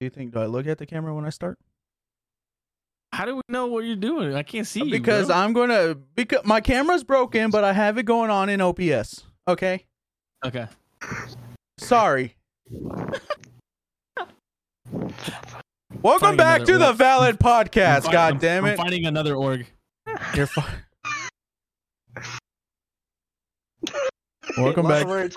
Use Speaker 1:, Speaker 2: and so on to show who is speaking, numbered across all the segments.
Speaker 1: Do you think do I look at the camera when I start?
Speaker 2: How do we know what you're doing? I can't see
Speaker 1: because
Speaker 2: you.
Speaker 1: I'm gonna because my camera's broken, but I have it going on in OPS. Okay,
Speaker 2: I'm okay.
Speaker 1: sorry. Welcome
Speaker 2: Finding
Speaker 1: back
Speaker 2: another
Speaker 1: to the
Speaker 2: org.
Speaker 1: Valid Podcast.
Speaker 2: I'm fi-
Speaker 1: God
Speaker 2: I'm-
Speaker 1: damn
Speaker 2: I'm
Speaker 1: it!
Speaker 2: finding another org.
Speaker 1: You're fine. Welcome
Speaker 3: Lots
Speaker 1: back.
Speaker 3: of words.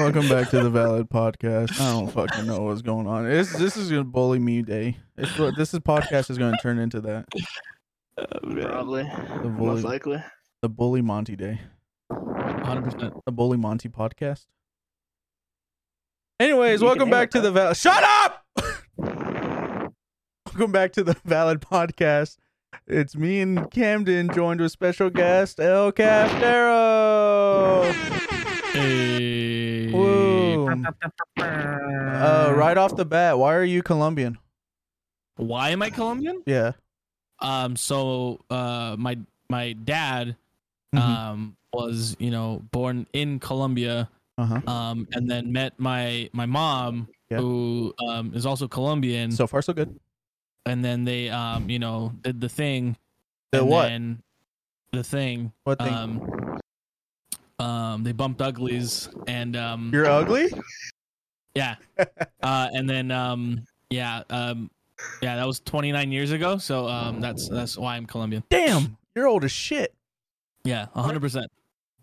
Speaker 1: Welcome back to the Valid Podcast. I don't fucking know what's going on. This this is gonna bully me day. It's what this is podcast is gonna turn into that
Speaker 3: Probably.
Speaker 1: volley.
Speaker 3: Most likely.
Speaker 1: the bully Monty day,
Speaker 2: 100. percent
Speaker 1: the bully Monty podcast. Anyways,
Speaker 3: You can
Speaker 1: welcome
Speaker 3: name
Speaker 1: back
Speaker 3: it
Speaker 1: to the Valid. Shut up. welcome back to the Valid Podcast. It's me and Camden joined with special guest El Castero.
Speaker 2: Hey.
Speaker 1: Whoa. Uh, right off the bat, why are you Colombian?
Speaker 2: Why am I Colombian?
Speaker 1: Yeah.
Speaker 2: Um. So, uh, my my dad,
Speaker 1: Mhm.
Speaker 2: um, was you know born in Colombia,
Speaker 1: Uh huh.
Speaker 2: um, and then met my my mom,
Speaker 1: Yeah.
Speaker 2: who um is also Colombian.
Speaker 1: So far, so good.
Speaker 2: and then they um you know did the thing
Speaker 1: The
Speaker 2: and
Speaker 1: what?
Speaker 2: then the thing
Speaker 1: What thing?
Speaker 2: um um they bumped uglies and um
Speaker 1: You're ugly?
Speaker 2: yeah uh and then um yeah um yeah that was 29 years ago so um that's that's why i'm colombian
Speaker 1: Damn. You're old as shit.
Speaker 2: yeah 100%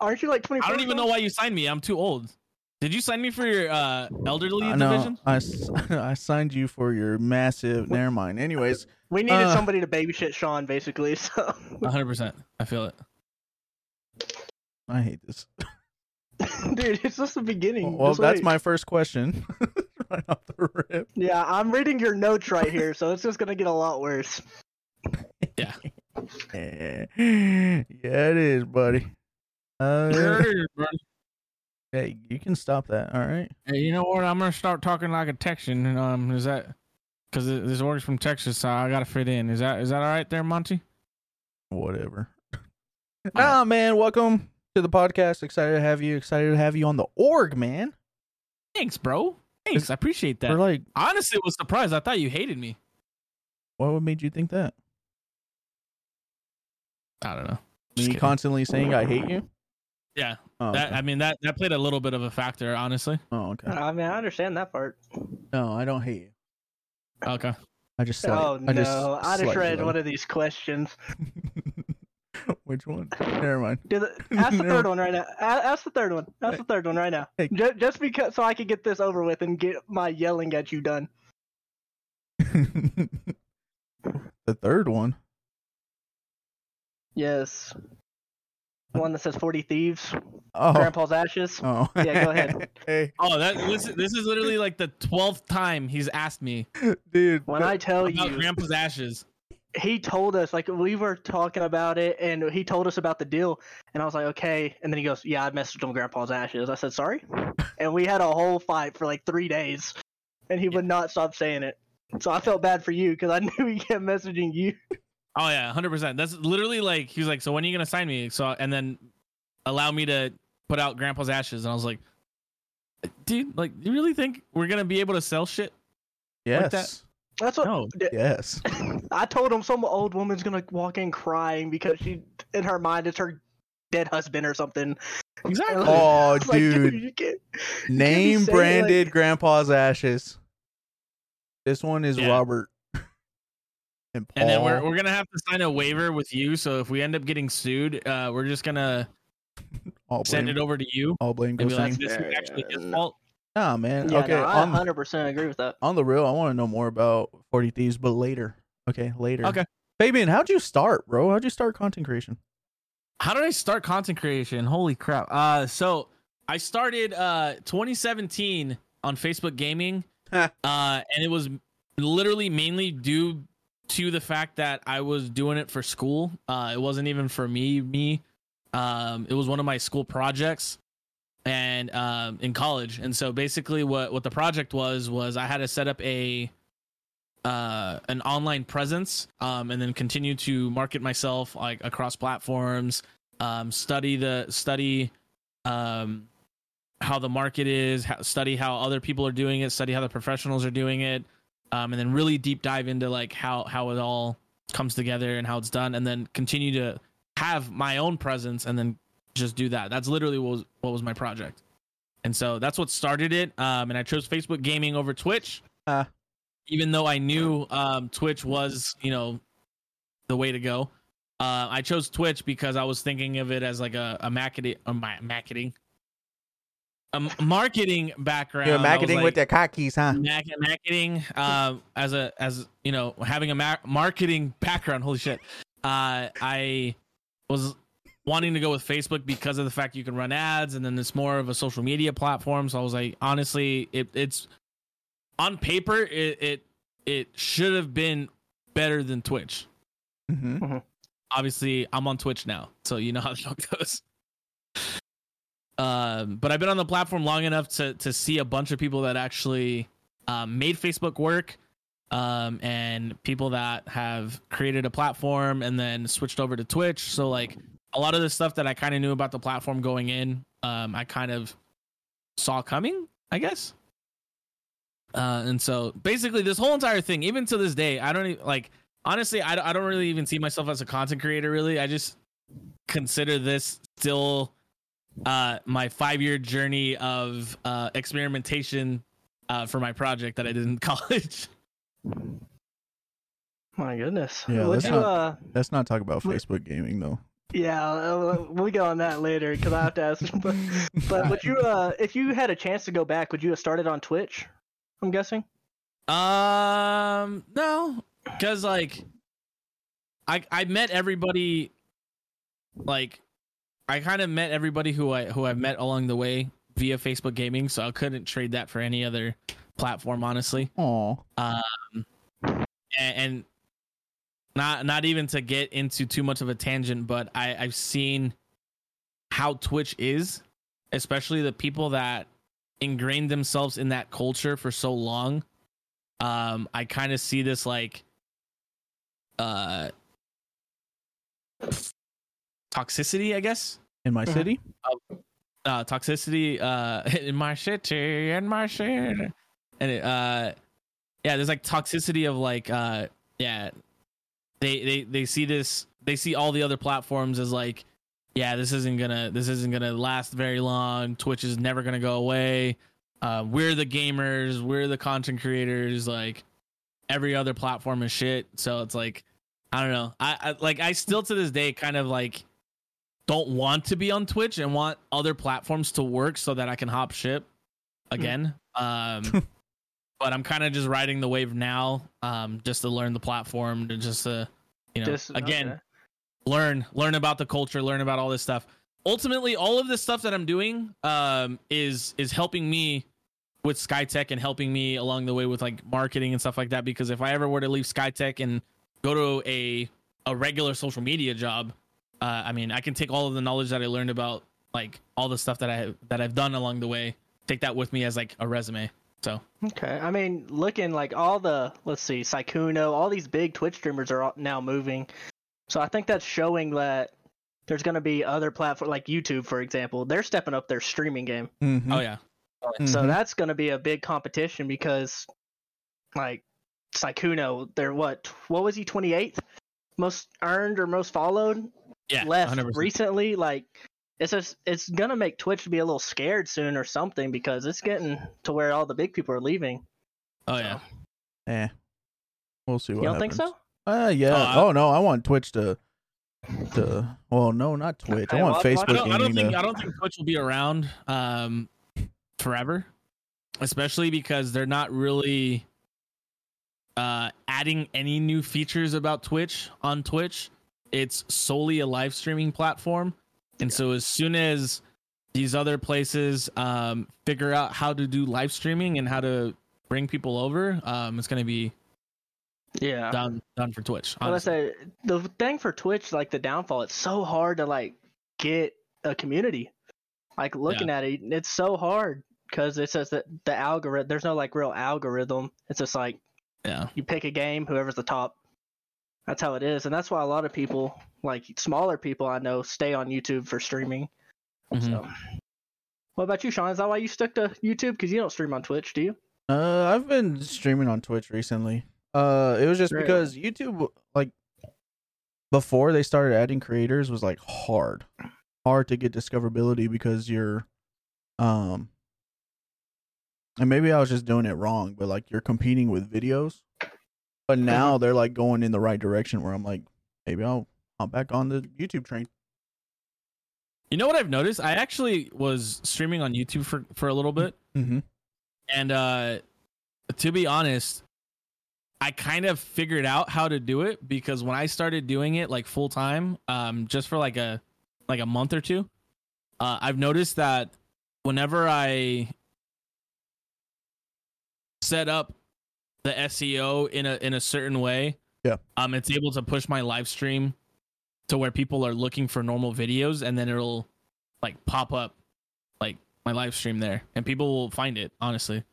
Speaker 3: Aren't you like 24?
Speaker 2: i don't even know why you signed me i'm too old did you sign me for your uh elderly
Speaker 1: I know.
Speaker 2: division
Speaker 1: I, s- I signed you for your massive. Never mind. Anyways,
Speaker 3: We needed
Speaker 1: Uh.
Speaker 3: somebody to baby shit Sean, basically. So
Speaker 2: 100% i feel it
Speaker 1: I hate this.
Speaker 3: Dude, it's just the beginning.
Speaker 1: Well,
Speaker 3: Just
Speaker 1: that's
Speaker 3: wait.
Speaker 1: my first question. right off the rip.
Speaker 3: Yeah, I'm reading your notes right here, so it's just gonna get a lot worse.
Speaker 1: Yeah, it is, buddy. Uh, hey, you can stop that. All right.
Speaker 2: Hey, you know what? I'm gonna start talking like a Texan. Um, is that because this order's from Texas? So I gotta fit in. Is that is that all right there, Monty?
Speaker 1: Whatever. Nah, man. Welcome to the podcast. Excited to have you. Excited to have you on the org, man.
Speaker 2: Thanks, bro. Thanks, I appreciate that.
Speaker 1: We're like,
Speaker 2: Honestly, was surprised. I thought you hated me.
Speaker 1: what made you think that?
Speaker 2: I don't know. Just
Speaker 1: Me
Speaker 2: kidding.
Speaker 1: constantly saying I hate you.
Speaker 2: yeah,
Speaker 1: Oh,
Speaker 2: that
Speaker 1: okay.
Speaker 2: I mean that that played a little bit of a factor, honestly.
Speaker 1: oh, okay.
Speaker 3: I mean, I understand that part.
Speaker 1: No, I don't hate you.
Speaker 2: Okay.
Speaker 1: I just slight.
Speaker 3: oh
Speaker 1: I
Speaker 3: no,
Speaker 1: just
Speaker 3: I just
Speaker 1: slight
Speaker 3: read
Speaker 1: you.
Speaker 3: one of these questions.
Speaker 1: Which one? Never mind.
Speaker 3: Do the, ask the
Speaker 1: Never-
Speaker 3: third one right now. A- Ask the third one. Ask the third one right now.
Speaker 1: Hey.
Speaker 3: Ju- Just because, so I could get this over with and get my yelling at you done.
Speaker 1: the third one.
Speaker 3: Yes. One that says 40 Thieves,
Speaker 1: Oh.
Speaker 3: Grandpa's Ashes.
Speaker 1: Oh.
Speaker 3: Yeah, go ahead.
Speaker 1: hey,
Speaker 2: Oh, that this is- this is literally like the twelfth time he's asked me
Speaker 1: dude.
Speaker 3: When I tell
Speaker 2: about
Speaker 3: you,
Speaker 2: Grandpa's ashes.
Speaker 3: he told us, like, we were talking about it, and he told us about the deal. And I was like, okay. And then he goes, yeah, I messaged him Grandpa's Ashes. I said, sorry. and we had a whole fight for like three days, and he would not stop saying it. So I felt bad for you because I knew he kept messaging you.
Speaker 2: Oh yeah, hundred percent. That's literally like he was like, so when are you gonna sign me? So and then allow me to put out Grandpa's ashes, and I was like, dude, like you really think we're gonna be able to sell shit?
Speaker 1: yes.
Speaker 2: that.
Speaker 3: That's what
Speaker 2: No,
Speaker 1: Yes.
Speaker 3: I told him some old woman's gonna walk in crying because she, in her mind, it's her dead husband or something.
Speaker 2: exactly.
Speaker 1: Oh,
Speaker 3: It's like,
Speaker 1: dude.
Speaker 3: you can't-
Speaker 1: Name
Speaker 3: saying, like-
Speaker 1: branded Grandpa's ashes. This one is
Speaker 2: Yeah.
Speaker 1: Robert. and Paul.
Speaker 2: and then we're we're gonna have to sign a waiver with you. So if we end up getting sued, uh, we're just gonna
Speaker 1: all blame,
Speaker 2: send it over to you
Speaker 1: All blame
Speaker 2: and
Speaker 1: goes
Speaker 2: be
Speaker 1: to
Speaker 2: like,
Speaker 1: me.
Speaker 2: this is actually his
Speaker 3: Yeah,
Speaker 2: fault.
Speaker 1: Nah, man.
Speaker 3: Yeah,
Speaker 1: okay.
Speaker 3: no, I
Speaker 1: on the-
Speaker 3: 100% agree with that.
Speaker 1: on the real, I want to know more about 40 Thieves, but later. Okay, later.
Speaker 2: Okay.
Speaker 1: Fabian, how'd you start, bro? How'd you start content creation?
Speaker 2: How did I start content creation? Holy crap! Uh, so I started uh 2017 on Facebook Gaming, uh, and it was literally mainly due to the fact that I was doing it for school. Uh, it wasn't even for me. Me, um, it was one of my school projects, and um, in college. And so basically, what what the project was was I had to set up a uh, an online presence, um, and then continue to market myself like across platforms. Um, study the study. Um, how the market is, how, study how other people are doing it, study how the professionals are doing it, um, and then really deep dive into like how how it all comes together and how it's done, and then continue to have my own presence and then just do that. That's literally what was, what was my project, and so that's what started it. Um, and I chose Facebook Gaming over Twitch,
Speaker 4: Uh.
Speaker 1: Ah.
Speaker 2: even though I knew um, Twitch was you know the way to go. Uh, I chose Twitch because I was thinking of it as like a, a marketing, a ma- marketing, a m- marketing background. I
Speaker 4: You're
Speaker 2: was
Speaker 4: marketing
Speaker 2: like-
Speaker 4: with the cockies, huh?
Speaker 2: Mac- marketing uh, as a as you know having a ma- marketing background holy shit uh, i was wanting to go with facebook because of the fact you can run ads and then it's more of a social media platform so i was like honestly it, it's on paper it it, it should have been better than twitch Mm-hmm.
Speaker 1: Mhm.
Speaker 2: obviously i'm on twitch now so you know how the show goes um, but i've been on the platform long enough to to see a bunch of people that actually um, made facebook work um, and people that have created a platform and then switched over to twitch so like a lot of the stuff that i kind of knew about the platform going in um, i kind of saw coming i guess uh, and so basically this whole entire thing even to this day i don't even like honestly I, don't- I don't really even see myself as a content creator really i just consider this still uh my five year journey of uh experimentation uh for my project that i did in college
Speaker 3: My goodness.
Speaker 1: Yeah,
Speaker 3: Would
Speaker 1: that's
Speaker 3: you,
Speaker 1: not-
Speaker 3: uh,
Speaker 1: Let's not talk about
Speaker 3: Wait.
Speaker 1: Facebook gaming though.
Speaker 3: yeah, uh, we'll get on that later because I have to ask. But, but would you, uh, if you had a chance to go back, would you have started on Twitch? I'm guessing.
Speaker 2: um no because like i i met everybody like i kind of met everybody who i who i met along the way via facebook gaming so i couldn't trade that for any other platform honestly
Speaker 1: Aw.
Speaker 2: and, and not not even to get into too much of a tangent, but I, I've seen how Twitch is, especially the people that ingrained themselves in that culture for so long. Um, I kind of see this like uh toxicity, I guess.
Speaker 1: In my
Speaker 3: Uh-huh.
Speaker 1: city?
Speaker 2: Uh toxicity uh in my city, in my city. And it uh yeah there's like toxicity of like uh yeah they they they see this they see all the other platforms as like yeah this isn't gonna this isn't gonna last very long twitch is never gonna go away uh we're the gamers we're the content creators like every other platform is shit so it's like i don't know i, I like i still to this day kind of like don't want to be on twitch and want other platforms to work so that i can hop ship again um but I'm kind of just riding the wave now, um, just to learn the platform, to just to, you know,
Speaker 3: Just-
Speaker 2: again,
Speaker 3: okay.
Speaker 2: learn, learn about the culture, learn about all this stuff. Ultimately, all of this stuff that I'm doing, um, is is helping me with SkyTech and helping me along the way with like marketing and stuff like that. Because if I ever were to leave SkyTech and go to a a regular social media job, uh, I mean, I can take all of the knowledge that I learned about like all the stuff that I that I've done along the way, take that with me as like a resume. Oh, So.
Speaker 3: Okay, I mean, looking like all the let's see, Sykuno, all these big Twitch streamers are all- now moving, so I think that's showing that there's going to be other platforms like YouTube, for example. They're stepping up their streaming game,
Speaker 1: Mm-hmm.
Speaker 2: Oh yeah.
Speaker 3: so that's going to be a big competition because, like, Sykuno, they're what? tw- What was he? Twenty eighth, most earned or most followed?
Speaker 2: Yeah.
Speaker 3: left
Speaker 2: 100%.
Speaker 3: recently. Like it's just it's gonna make Twitch be a little scared soon or something because it's getting to where all the big people are leaving.
Speaker 2: Oh yeah.
Speaker 1: Eh. We'll see
Speaker 3: You
Speaker 1: what
Speaker 3: don't
Speaker 1: happens.
Speaker 3: think so?
Speaker 1: Uh yeah.
Speaker 2: Oh, I-
Speaker 1: oh no, I want Twitch to to well no, not Twitch. I
Speaker 3: Okay,
Speaker 1: want
Speaker 3: well, I
Speaker 2: I
Speaker 1: Facebook
Speaker 2: don't, I
Speaker 1: gaming
Speaker 2: don't think
Speaker 1: to-
Speaker 2: I don't think Twitch will be around um forever, especially because they're not really uh adding any new features about Twitch on Twitch. It's solely a live streaming platform, and so as soon as these other places um figure out how to do live streaming and how to bring people over, um it's going to be
Speaker 3: Yeah.
Speaker 2: done done for Twitch.
Speaker 3: But I
Speaker 2: honestly.
Speaker 3: say the thing for Twitch, like the downfall, it's so hard to like get a community. Like looking at it, it's so hard because it says that the algorithm. There's no like real algorithm. It's just like
Speaker 2: Yeah.
Speaker 3: you pick a game, whoever's the top. That's how it is, and that's why a lot of people, like smaller people I know, stay on YouTube for streaming.
Speaker 2: Mhm.
Speaker 3: So, what about you, Sean? Is that why you stuck to YouTube? Because you don't stream on Twitch, do you?
Speaker 1: Uh, I've been streaming on Twitch recently. Uh, it was just
Speaker 3: Really?
Speaker 1: because YouTube, like, before they started adding creators, was like hard, hard to get discoverability because you're, um, and maybe I was just doing it wrong, but like you're competing with videos. But now they're like going in the right direction where I'm like, maybe I'll hop back on the YouTube train.
Speaker 2: You know what I've noticed? I actually was streaming on YouTube for for a little bit,
Speaker 1: Mm-hmm.
Speaker 2: and uh to be honest, I kind of figured out how to do it because when I started doing it like full time, um, just for like a like a month or two, uh, I've noticed that whenever I set up the SEO in a in a certain way,
Speaker 1: Yeah.
Speaker 2: um, it's able to push my live stream to where people are looking for normal videos, and then it'll like pop up like my live stream there, and people will find it. Honestly,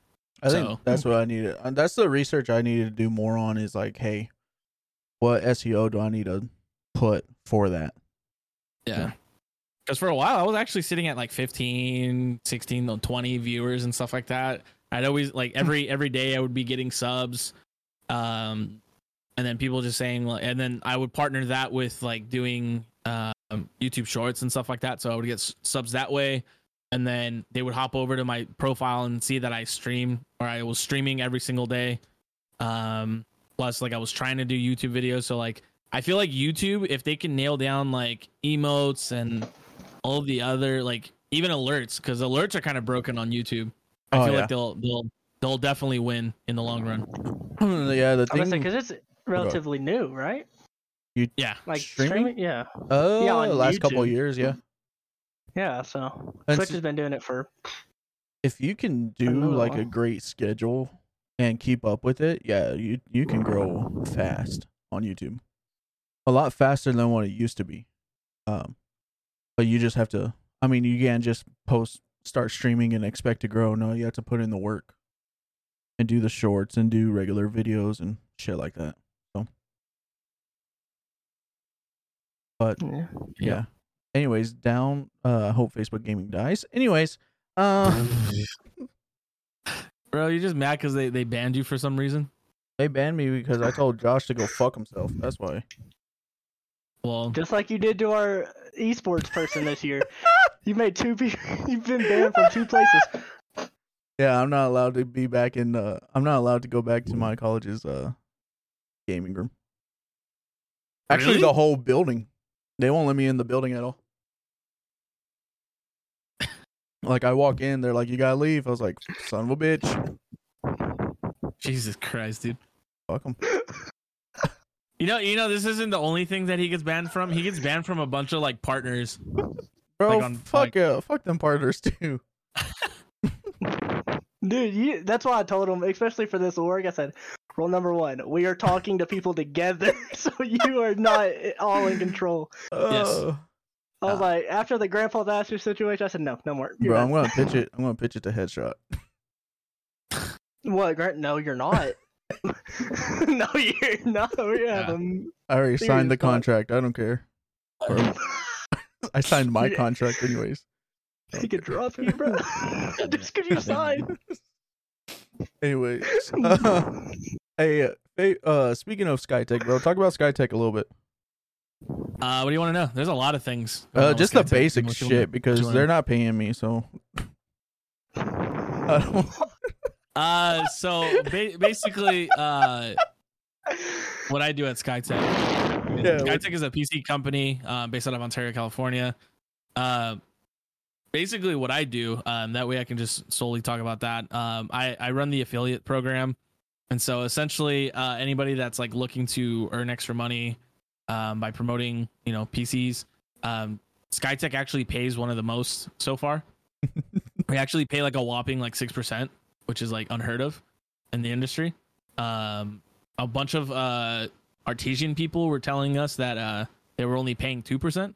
Speaker 1: I think
Speaker 2: So-
Speaker 1: that's what I needed. and That's the research I needed to do more on is like, hey, what SEO do I need to put for that? Yeah.
Speaker 2: Yeah. Because for a while, I was actually sitting at like 15, 16, no, 20 viewers and stuff like that. I'd always like every every day I would be getting subs, um, and then people just saying, like, and then I would partner that with like doing um, YouTube Shorts and stuff like that. So I would get s- subs that way, and then they would hop over to my profile and see that I stream or I was streaming every single day. Um, plus, like I was trying to do YouTube videos, so like I feel like YouTube, if they can nail down like emotes and all the other like even alerts, because alerts are kind of broken on YouTube. I
Speaker 1: Oh,
Speaker 2: feel
Speaker 1: yeah.
Speaker 2: like they'll they'll they'll definitely win in the long run.
Speaker 1: yeah, the thing.
Speaker 3: I'm gonna say because it's relatively new, right?
Speaker 2: Yeah.
Speaker 3: Like
Speaker 1: Streaming?
Speaker 3: streaming, yeah,
Speaker 1: oh,
Speaker 3: yeah, on
Speaker 1: the last couple of
Speaker 3: YouTube.
Speaker 1: years, yeah.
Speaker 3: yeah. So
Speaker 1: And
Speaker 3: Twitch
Speaker 1: s-
Speaker 3: has been doing it for
Speaker 1: If you can do
Speaker 3: Another
Speaker 1: like a
Speaker 3: one.
Speaker 1: great schedule and keep up with it, yeah, you you can grow fast on YouTube, a lot faster than what it used to be. Um, but you just have to. I mean, you can't just post, start streaming, and expect to grow. No, you have to put in the work, and do the shorts, and do regular videos and shit like that. So, but
Speaker 3: yeah.
Speaker 1: yeah.
Speaker 2: Yeah.
Speaker 1: Anyways, down. Uh, I hope Facebook gaming dies. Anyways, uh,
Speaker 2: Bro, you're just mad because they, they banned you for some reason.
Speaker 1: they banned me because I told Josh to go fuck himself. That's why.
Speaker 2: Well,
Speaker 3: just like you did to our esports person this year. You made two. Be- you've been banned from two places.
Speaker 1: Yeah, I'm not allowed to be back in. Uh, I'm not allowed to go back to my college's uh, gaming room. Actually,
Speaker 2: Really?
Speaker 1: the whole building. They won't let me in the building at all. Like I walk in, they're like, "You gotta leave." I was like, "Son of a bitch,
Speaker 2: Jesus Christ, dude.
Speaker 1: fuck them."
Speaker 2: You know, you know, this isn't the only thing that he gets banned from. He gets banned from a bunch of like partners.
Speaker 1: Bro,
Speaker 2: Like on-
Speaker 1: fuck yeah, fuck them partners too.
Speaker 3: Dude, you, that's why I told him, especially for this org. I said, rule number one: we are talking to people together, so you are not all in control.
Speaker 2: Yes.
Speaker 1: Uh,
Speaker 3: I was like, after the grandpa's Asher situation, I said, no, no more. You're
Speaker 1: Bro,
Speaker 3: not-
Speaker 1: I'm gonna pitch it. I'm gonna pitch it to Headshot.
Speaker 3: What, Grant? No, you're not. no, you're not. We have
Speaker 2: Yeah.
Speaker 3: a-
Speaker 1: I already
Speaker 3: Serious
Speaker 1: signed the
Speaker 3: thought.
Speaker 1: contract. I don't care. Or- I signed my
Speaker 3: Yeah.
Speaker 1: contract anyways.
Speaker 3: They could drop you, bro. Just because you signed.
Speaker 1: Anyways, uh, hey, uh, hey, uh, speaking of SkyTech, bro, talk about SkyTech a little bit.
Speaker 2: Uh, what do you want to know? There's a lot of things. going on
Speaker 1: Uh,
Speaker 2: with
Speaker 1: just the
Speaker 2: Skytech.
Speaker 1: basic
Speaker 2: What you wanna-
Speaker 1: shit because
Speaker 2: wanna-
Speaker 1: they're not paying me, so I don't.
Speaker 2: Uh, so ba- basically, uh, what I do at SkyTech
Speaker 1: Yeah,
Speaker 2: SkyTech is a PC company uh, based out of Ontario, California. Uh, basically, what I do, um, that way I can just solely talk about that. Um, I, I run the affiliate program. And so essentially, uh, anybody that's like looking to earn extra money um, by promoting, you know, PCs, um, SkyTech actually pays one of the most so far. we actually pay like a whopping like 6%, which is like unheard of in the industry. Um, a bunch of uh, artesian people were telling us that uh they were only paying two percent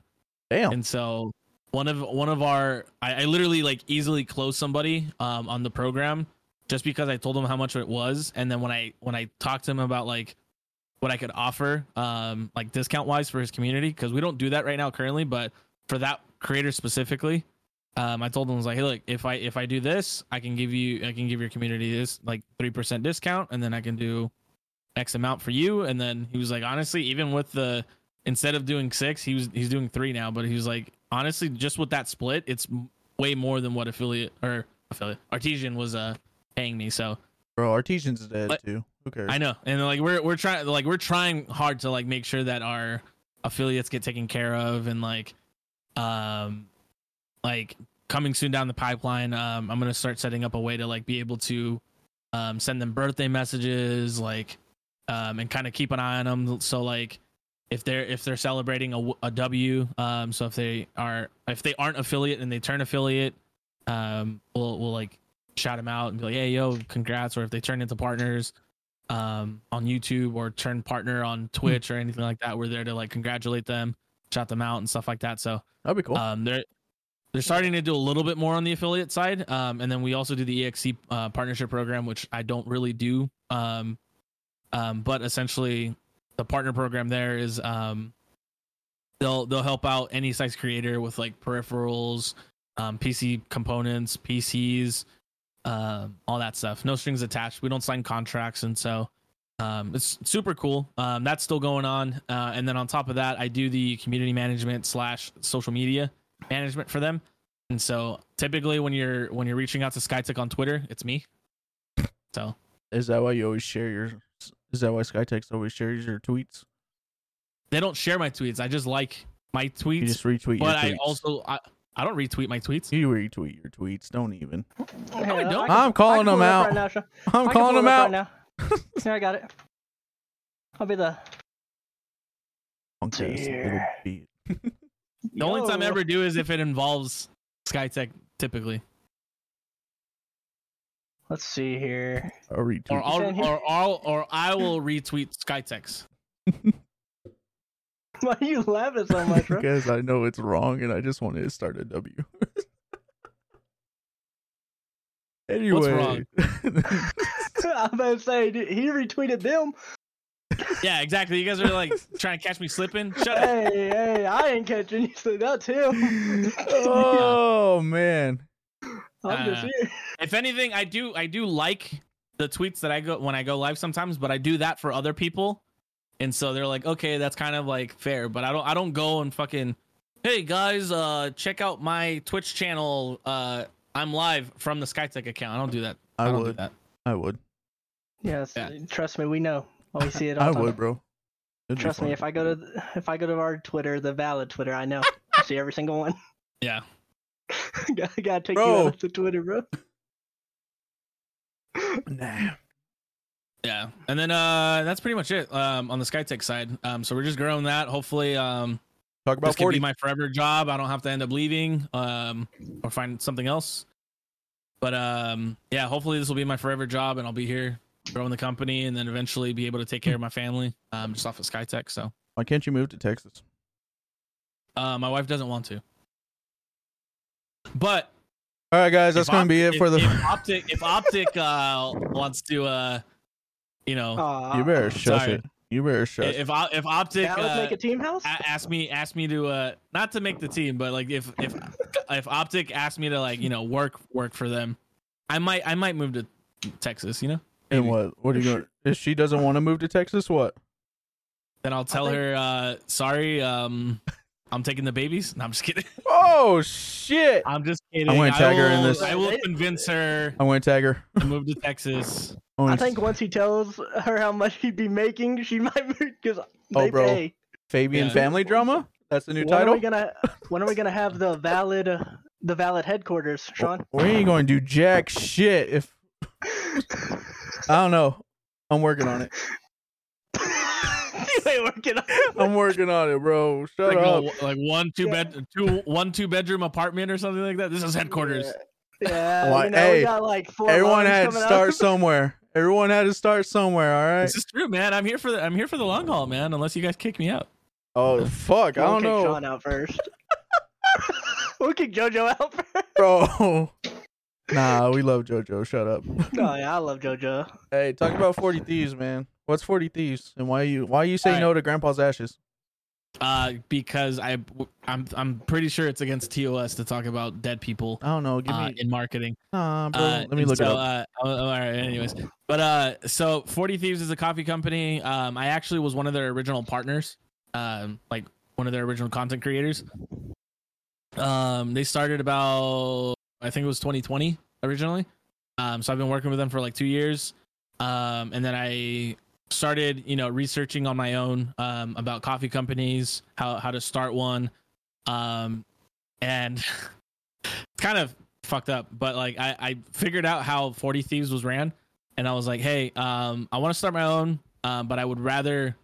Speaker 1: damn.
Speaker 2: and so one of one of our I, I literally like easily closed somebody um on the program just because I told them how much it was and then when I when I talked to him about like what I could offer um like discount wise for his community because we don't do that right now currently but for that creator specifically Um, I told them I was like, hey, look, if I if I do this, I can give you I can give your community this like three percent discount, and then I can do X amount for you. And then he was like, honestly, even with the instead of doing six, he was he's doing three now. But he was like, honestly, just with that split, it's m- way more than what affiliate or affiliate Artesian was uh paying me. So
Speaker 1: Bro, Artesian's dead
Speaker 2: But-
Speaker 1: too. Who cares?
Speaker 2: I know, and like we're we're trying like we're trying hard to like make sure that our affiliates get taken care of, and like, um, like coming soon down the pipeline, um, I'm gonna start setting up a way to like be able to, um, send them birthday messages, like, um, and kind of keep an eye on them. So like, if they're if they're celebrating a, w- a W, um, so if they are if they aren't affiliate and they turn affiliate, um, we'll we'll like shout them out and be like, hey yo, congrats, or if they turn into partners um, on YouTube or turn partner on Twitch or anything like that. We're there to like congratulate them, shout them out, and stuff like that. So
Speaker 1: That'd be cool.
Speaker 2: um, they're they're starting to do a little bit more on the affiliate side, um, and then we also do the EXE uh, partnership program, which I don't really do. Um, um, but essentially, the partner program there is um, they'll they'll help out any size creator with like peripherals, um, PC components, PCs, um, all that stuff. No strings attached. We don't sign contracts, and so um, it's super cool. Um, that's still going on, uh, and then on top of that, I do the community management slash social media management for them. And so typically, when you're when you're reaching out to SkyTech on Twitter, it's me. So
Speaker 1: is that why you always share your? Is that why SkyTex always shares your tweets?
Speaker 2: they don't share my tweets. I just like my
Speaker 1: You
Speaker 2: tweets,
Speaker 1: just retweet. your
Speaker 2: but I
Speaker 1: tweets.
Speaker 2: also I, I don't retweet my tweets.
Speaker 1: you retweet your tweets. Don't even.
Speaker 2: I
Speaker 3: Yeah,
Speaker 2: don't.
Speaker 3: I can-
Speaker 1: I'm
Speaker 3: I can
Speaker 1: calling
Speaker 3: pull
Speaker 1: them
Speaker 3: it up
Speaker 1: out.
Speaker 3: Right now, Sean.
Speaker 1: I'm
Speaker 3: I can
Speaker 1: calling
Speaker 3: pull
Speaker 1: them
Speaker 3: it up
Speaker 1: out.
Speaker 3: Right now. Here, I got it. I'll be the.
Speaker 1: Punk ass little
Speaker 3: Dear.
Speaker 1: bitch.
Speaker 2: The only time I
Speaker 3: Yo.
Speaker 2: ever do is if it involves SkyTech, typically,
Speaker 3: Let's see here.
Speaker 1: I retweet.
Speaker 2: or I'll
Speaker 3: Same here.
Speaker 2: or I'll or I will retweet SkyTechs.
Speaker 3: Why are you laughing so much, bro?
Speaker 1: because I know it's wrong and I just wanted to start a W. anyway.
Speaker 2: wrong?
Speaker 3: I'm about to say dude, he retweeted them.
Speaker 2: Yeah, exactly. You guys are like trying to catch me slipping. Shut up.
Speaker 3: Hey, hey, I ain't catching you. So that's him.
Speaker 1: oh man.
Speaker 3: I'm just
Speaker 2: Uh,
Speaker 3: here.
Speaker 2: if anything i do i do like the tweets that i go when i go live sometimes but i do that for other people and so they're like okay that's kind of like fair but i don't i don't go and fucking hey guys uh check out my twitch channel uh i'm live from the skytech account i don't do that
Speaker 1: I
Speaker 2: don't do
Speaker 1: would.
Speaker 2: that
Speaker 1: I would.
Speaker 3: Yes,
Speaker 2: Yeah.
Speaker 3: trust me, we know. Oh, we see it. All
Speaker 1: I
Speaker 3: the time.
Speaker 1: would, bro. It'd be
Speaker 3: Trust me,
Speaker 1: fun.
Speaker 3: if I go to th- if I go to our Twitter, the valid Twitter, I know. I see every single one.
Speaker 2: yeah
Speaker 3: gotta, gotta take
Speaker 1: Bro.
Speaker 3: you out of the Twitter, bro.
Speaker 1: Nah.
Speaker 2: yeah and then uh that's pretty much it um on the skytech side um so we're just growing that hopefully um
Speaker 1: Talk
Speaker 2: this
Speaker 1: about
Speaker 2: could be
Speaker 1: forty.
Speaker 2: my forever job. I don't have to end up leaving um, or find something else. But um, yeah, hopefully this will be my forever job, and I'll be here growing the company, and then eventually be able to take care of my family um, just off of SkyTech. So
Speaker 1: Why can't you move to Texas?
Speaker 2: uh, my wife doesn't want to. But
Speaker 1: All right, guys, that's
Speaker 2: if
Speaker 1: gonna
Speaker 2: Op-
Speaker 1: be it
Speaker 2: if-
Speaker 1: for the.
Speaker 2: if optic. If optic uh, wants to, uh, you know,
Speaker 3: Aw.
Speaker 1: you better shush
Speaker 2: sorry.
Speaker 1: it. You better shush.
Speaker 2: if I- if optic
Speaker 3: Valid
Speaker 2: uh,
Speaker 3: make a team house?
Speaker 2: a- asked me asked me to uh not to make the team, but like if if if Optic asked me to like you know work work for them, I might I might move to Texas. You know,
Speaker 1: and what? What are you
Speaker 3: If she-
Speaker 1: going? If she doesn't want to move to Texas, what?
Speaker 2: then I'll tell
Speaker 3: think-
Speaker 2: her uh sorry um I'm taking the babies. No, I'm just kidding.
Speaker 1: Oh shit!
Speaker 2: I'm just kidding.
Speaker 1: I'm gonna
Speaker 2: I
Speaker 1: tag her in
Speaker 2: will-
Speaker 1: this.
Speaker 2: I will convince her
Speaker 1: I want to tag her.
Speaker 2: to move to Texas.
Speaker 1: wanna
Speaker 3: I think once he tells her how much he'd be making, she might move because they
Speaker 1: Oh, bro.
Speaker 3: pay.
Speaker 1: Fabian
Speaker 2: Yeah.
Speaker 1: family drama. That's the new
Speaker 3: When
Speaker 1: title.
Speaker 3: are we gonna When are we gonna have the valid uh, the valid headquarters, Sean?
Speaker 1: We ain't going to do jack shit if I don't know. I'm working on it.
Speaker 3: you ain't working.
Speaker 1: I'm working on it, bro. Shut
Speaker 2: Like,
Speaker 1: up.
Speaker 2: a- like one two bed two one two bedroom apartment or something like that. This is headquarters.
Speaker 3: Yeah, yeah
Speaker 1: Why-
Speaker 3: you know,
Speaker 1: hey,
Speaker 3: we got like four.
Speaker 1: Everyone
Speaker 3: lines
Speaker 1: had to
Speaker 3: coming up.
Speaker 1: start somewhere. Everyone had to start somewhere. All right.
Speaker 2: This is true, man. I'm here for the I'm here for the long haul, man. Unless you guys kick me out.
Speaker 1: Oh fuck! I
Speaker 3: We'll
Speaker 1: don't
Speaker 3: kick
Speaker 1: know,
Speaker 3: Sean out first. we'll kick JoJo out first.
Speaker 1: bro. Nah, we love JoJo. Shut up.
Speaker 3: No, Oh, yeah, I love JoJo.
Speaker 1: Hey, talk about Forty Thieves, man. What's Forty Thieves, and why you why you say
Speaker 2: All right.
Speaker 1: no to Grandpa's ashes?
Speaker 2: uh, because I I'm I'm pretty sure it's against TOS to talk about dead people
Speaker 1: I don't know. Give
Speaker 2: uh,
Speaker 1: me
Speaker 2: in marketing.
Speaker 1: nah, bro.
Speaker 2: Uh,
Speaker 1: Let me
Speaker 2: and
Speaker 1: look
Speaker 2: so,
Speaker 1: it up.
Speaker 2: Uh, oh, oh, all right. Anyways, but uh, so Forty Thieves is a coffee company. Um, I actually was one of their original partners. Um, like one of their original content creators. Um, they started about I think it was 2020 originally. Um, so I've been working with them for like two years. Um, and then I started, you know, researching on my own um, about coffee companies, how how to start one, um, and it's kind of fucked up. But like I, I figured out how Forty Thieves was ran, and I was like, hey, um, I want to start my own, um, but I would rather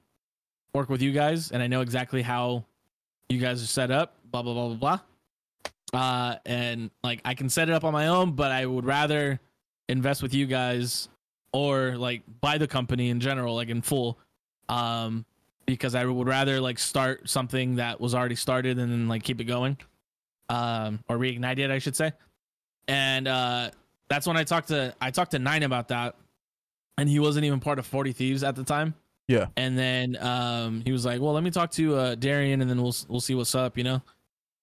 Speaker 2: work with you guys, and I know exactly how you guys are set up. Blah blah blah blah blah. Uh, and like I can set it up on my own, but I would rather invest with you guys or like buy the company in general, like in full. Um, because I would rather like start something that was already started and then like keep it going, um, or reignite it, I should say. And uh, that's when I talked to I talked to Nine about that, and he wasn't even part of Forty Thieves at the time.
Speaker 1: Yeah.
Speaker 2: And then um, he was like, "Well, let me talk to uh, Darian, and then we'll we'll see what's up," you know.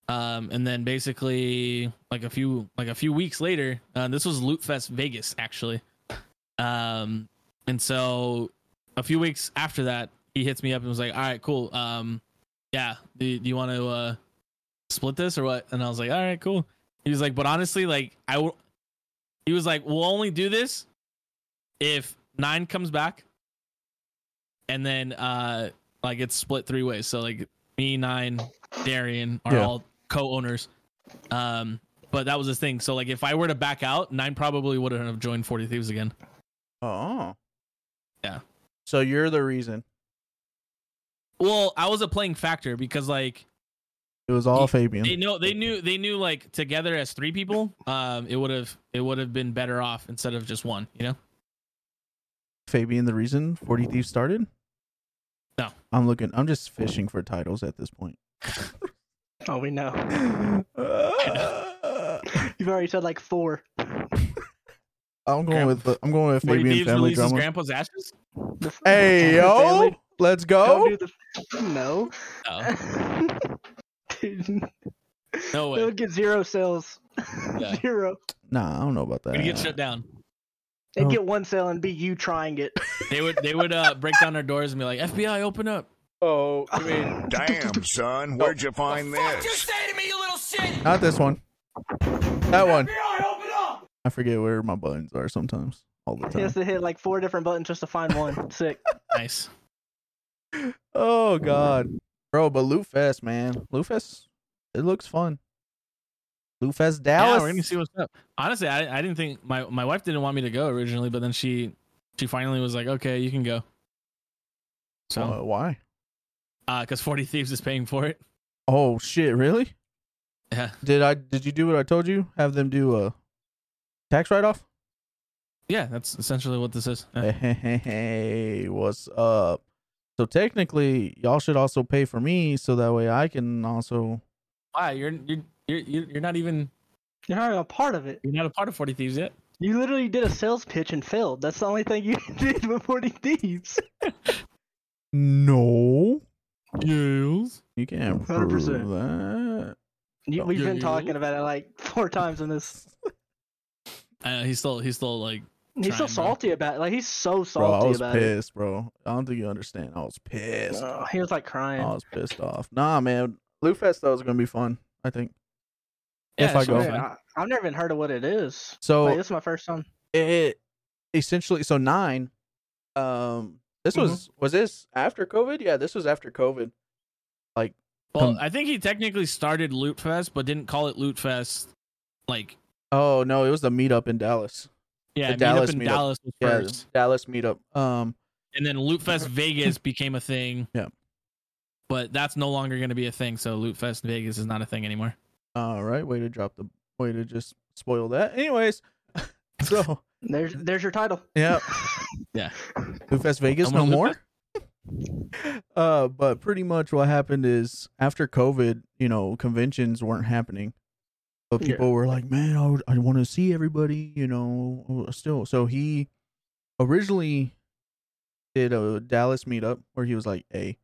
Speaker 2: Um, and then basically, like a few like a few weeks later, uh, this was Loot Fest Vegas actually. Um, and so a few weeks after that, he hits me up and was like, "All right, cool. Um, yeah, do, do you want to uh, split this or what?" And I was like, "All right, cool." He was like, "But honestly, like I will." He was like, "We'll only do this if nine comes back, and then uh, like it's split three ways. So like me, nine, Darian are
Speaker 1: Yeah.
Speaker 2: all co-owners. Um, but that was his thing. So like if I were to back out, nine probably wouldn't have joined Forty Thieves again."
Speaker 1: Oh.
Speaker 2: uh, Yeah.
Speaker 1: So you're the reason.
Speaker 2: Well, I was a playing factor because like
Speaker 1: It was all
Speaker 2: He-
Speaker 1: Fabian.
Speaker 2: they know they knew they knew like together as three people, um, it would have it would have been better off instead of just one. You know,
Speaker 1: Fabian the reason 40 Thieves started?
Speaker 2: No.
Speaker 1: I'm looking I'm just fishing for titles at this point.
Speaker 3: Oh, we know.
Speaker 1: I'm
Speaker 3: You've already said like four.
Speaker 1: going with the, I'm going with
Speaker 4: E
Speaker 2: Forty
Speaker 1: Fabian
Speaker 2: Thieves
Speaker 1: family
Speaker 2: releases
Speaker 1: drama.
Speaker 2: Grandpa's Ashes.
Speaker 3: The f-
Speaker 1: hey yo,
Speaker 3: Family.
Speaker 1: let's
Speaker 3: Don't
Speaker 1: go.
Speaker 3: do the- no.
Speaker 2: No,
Speaker 3: Dude,
Speaker 2: Oh, no
Speaker 3: It
Speaker 2: way.
Speaker 3: would get zero sales.
Speaker 2: Yeah.
Speaker 3: Zero.
Speaker 1: Nah, I don't know about that.
Speaker 2: We'd get shut down.
Speaker 3: It'd
Speaker 1: Oh.
Speaker 3: get one sale and be you trying it.
Speaker 2: They would they would uh, break down their doors and be like, "FBI, open up."
Speaker 1: Oh,
Speaker 4: I mean, damn, son, where'd you find this?
Speaker 5: say to me, you little shit?
Speaker 1: not this one. That one. I forget where my buttons are sometimes. All the
Speaker 3: He
Speaker 1: time.
Speaker 3: has to hit like four different buttons just to find one. Sick.
Speaker 2: Nice.
Speaker 1: Oh god. Bro, but Loot Fest, man. Loot Fest, it looks fun. Loot Fest Dallas.
Speaker 2: Yeah, we're gonna see what's up. Honestly, I, I didn't think my my wife didn't want me to go originally, but then she she finally was like, "Okay, you can go." So,
Speaker 1: Uh, why?
Speaker 2: uh, because Forty Thieves is paying for it.
Speaker 1: Oh shit, really?
Speaker 2: Yeah.
Speaker 1: Did I did you do what I told you? Have them do a tax write off?
Speaker 2: Yeah, that's essentially what this is. Yeah.
Speaker 1: Hey, what's up? So technically, y'all should also pay for me so that way I can also
Speaker 2: Why you're you're you're you're not even
Speaker 3: You're not even a part of it.
Speaker 2: you're not a part of Forty Thieves yet.
Speaker 3: You literally did a sales pitch and failed. That's the only thing you did with 40 Thieves.
Speaker 1: No.
Speaker 2: Yes.
Speaker 1: You can't prove
Speaker 3: 100%.
Speaker 1: that.
Speaker 3: You,
Speaker 1: Oh.
Speaker 3: we've been
Speaker 2: You-
Speaker 3: talking about it like four times in this.
Speaker 2: Uh, he's still he's still like
Speaker 3: He's so
Speaker 2: Trying, bro.
Speaker 3: salty about it. Like he's so
Speaker 1: Bro, I
Speaker 3: salty
Speaker 1: was
Speaker 3: about
Speaker 1: pissed, bro. I don't think you understand. I was
Speaker 3: it.
Speaker 1: pissed.
Speaker 3: Oh, he was like crying.
Speaker 1: I was pissed off. Nah, man. Loot Fest though is gonna be fun. I think. If
Speaker 2: Yeah,
Speaker 1: I
Speaker 2: it's
Speaker 1: go. Oh.
Speaker 2: fine.
Speaker 3: Man, I, have never even heard of what it is.
Speaker 1: So
Speaker 3: like, this is my first time.
Speaker 1: it essentially so nine um this
Speaker 2: Mm-hmm.
Speaker 1: was was this after covid yeah this was after covid
Speaker 2: Well,
Speaker 1: Um,
Speaker 2: I think he technically started Loot Fest, but didn't call it Loot Fest. Like
Speaker 1: oh no it was the meetup in dallas
Speaker 2: yeah,
Speaker 1: The
Speaker 2: meetup
Speaker 1: Dallas
Speaker 2: in
Speaker 1: meetup.
Speaker 2: Dallas was
Speaker 1: yeah
Speaker 2: first,
Speaker 1: dallas meetup um
Speaker 2: and then Loot Fest Vegas became a thing.
Speaker 1: Yeah.
Speaker 2: But that's no longer going to be a thing. So Loot Fest Vegas is not a thing anymore.
Speaker 1: all right way to drop the way to just spoil that anyways so
Speaker 3: There's there's your title.
Speaker 1: yeah
Speaker 2: Yeah.
Speaker 1: Loot Fest Vegas
Speaker 2: I'm
Speaker 1: no
Speaker 2: on Loot
Speaker 1: more uh but pretty much what happened is after covid you know conventions weren't happening but
Speaker 3: Yeah.
Speaker 1: people were like, "Man, I, would- I want to see everybody," you know. Still, so he originally did a Dallas meetup where he was like, "Hey,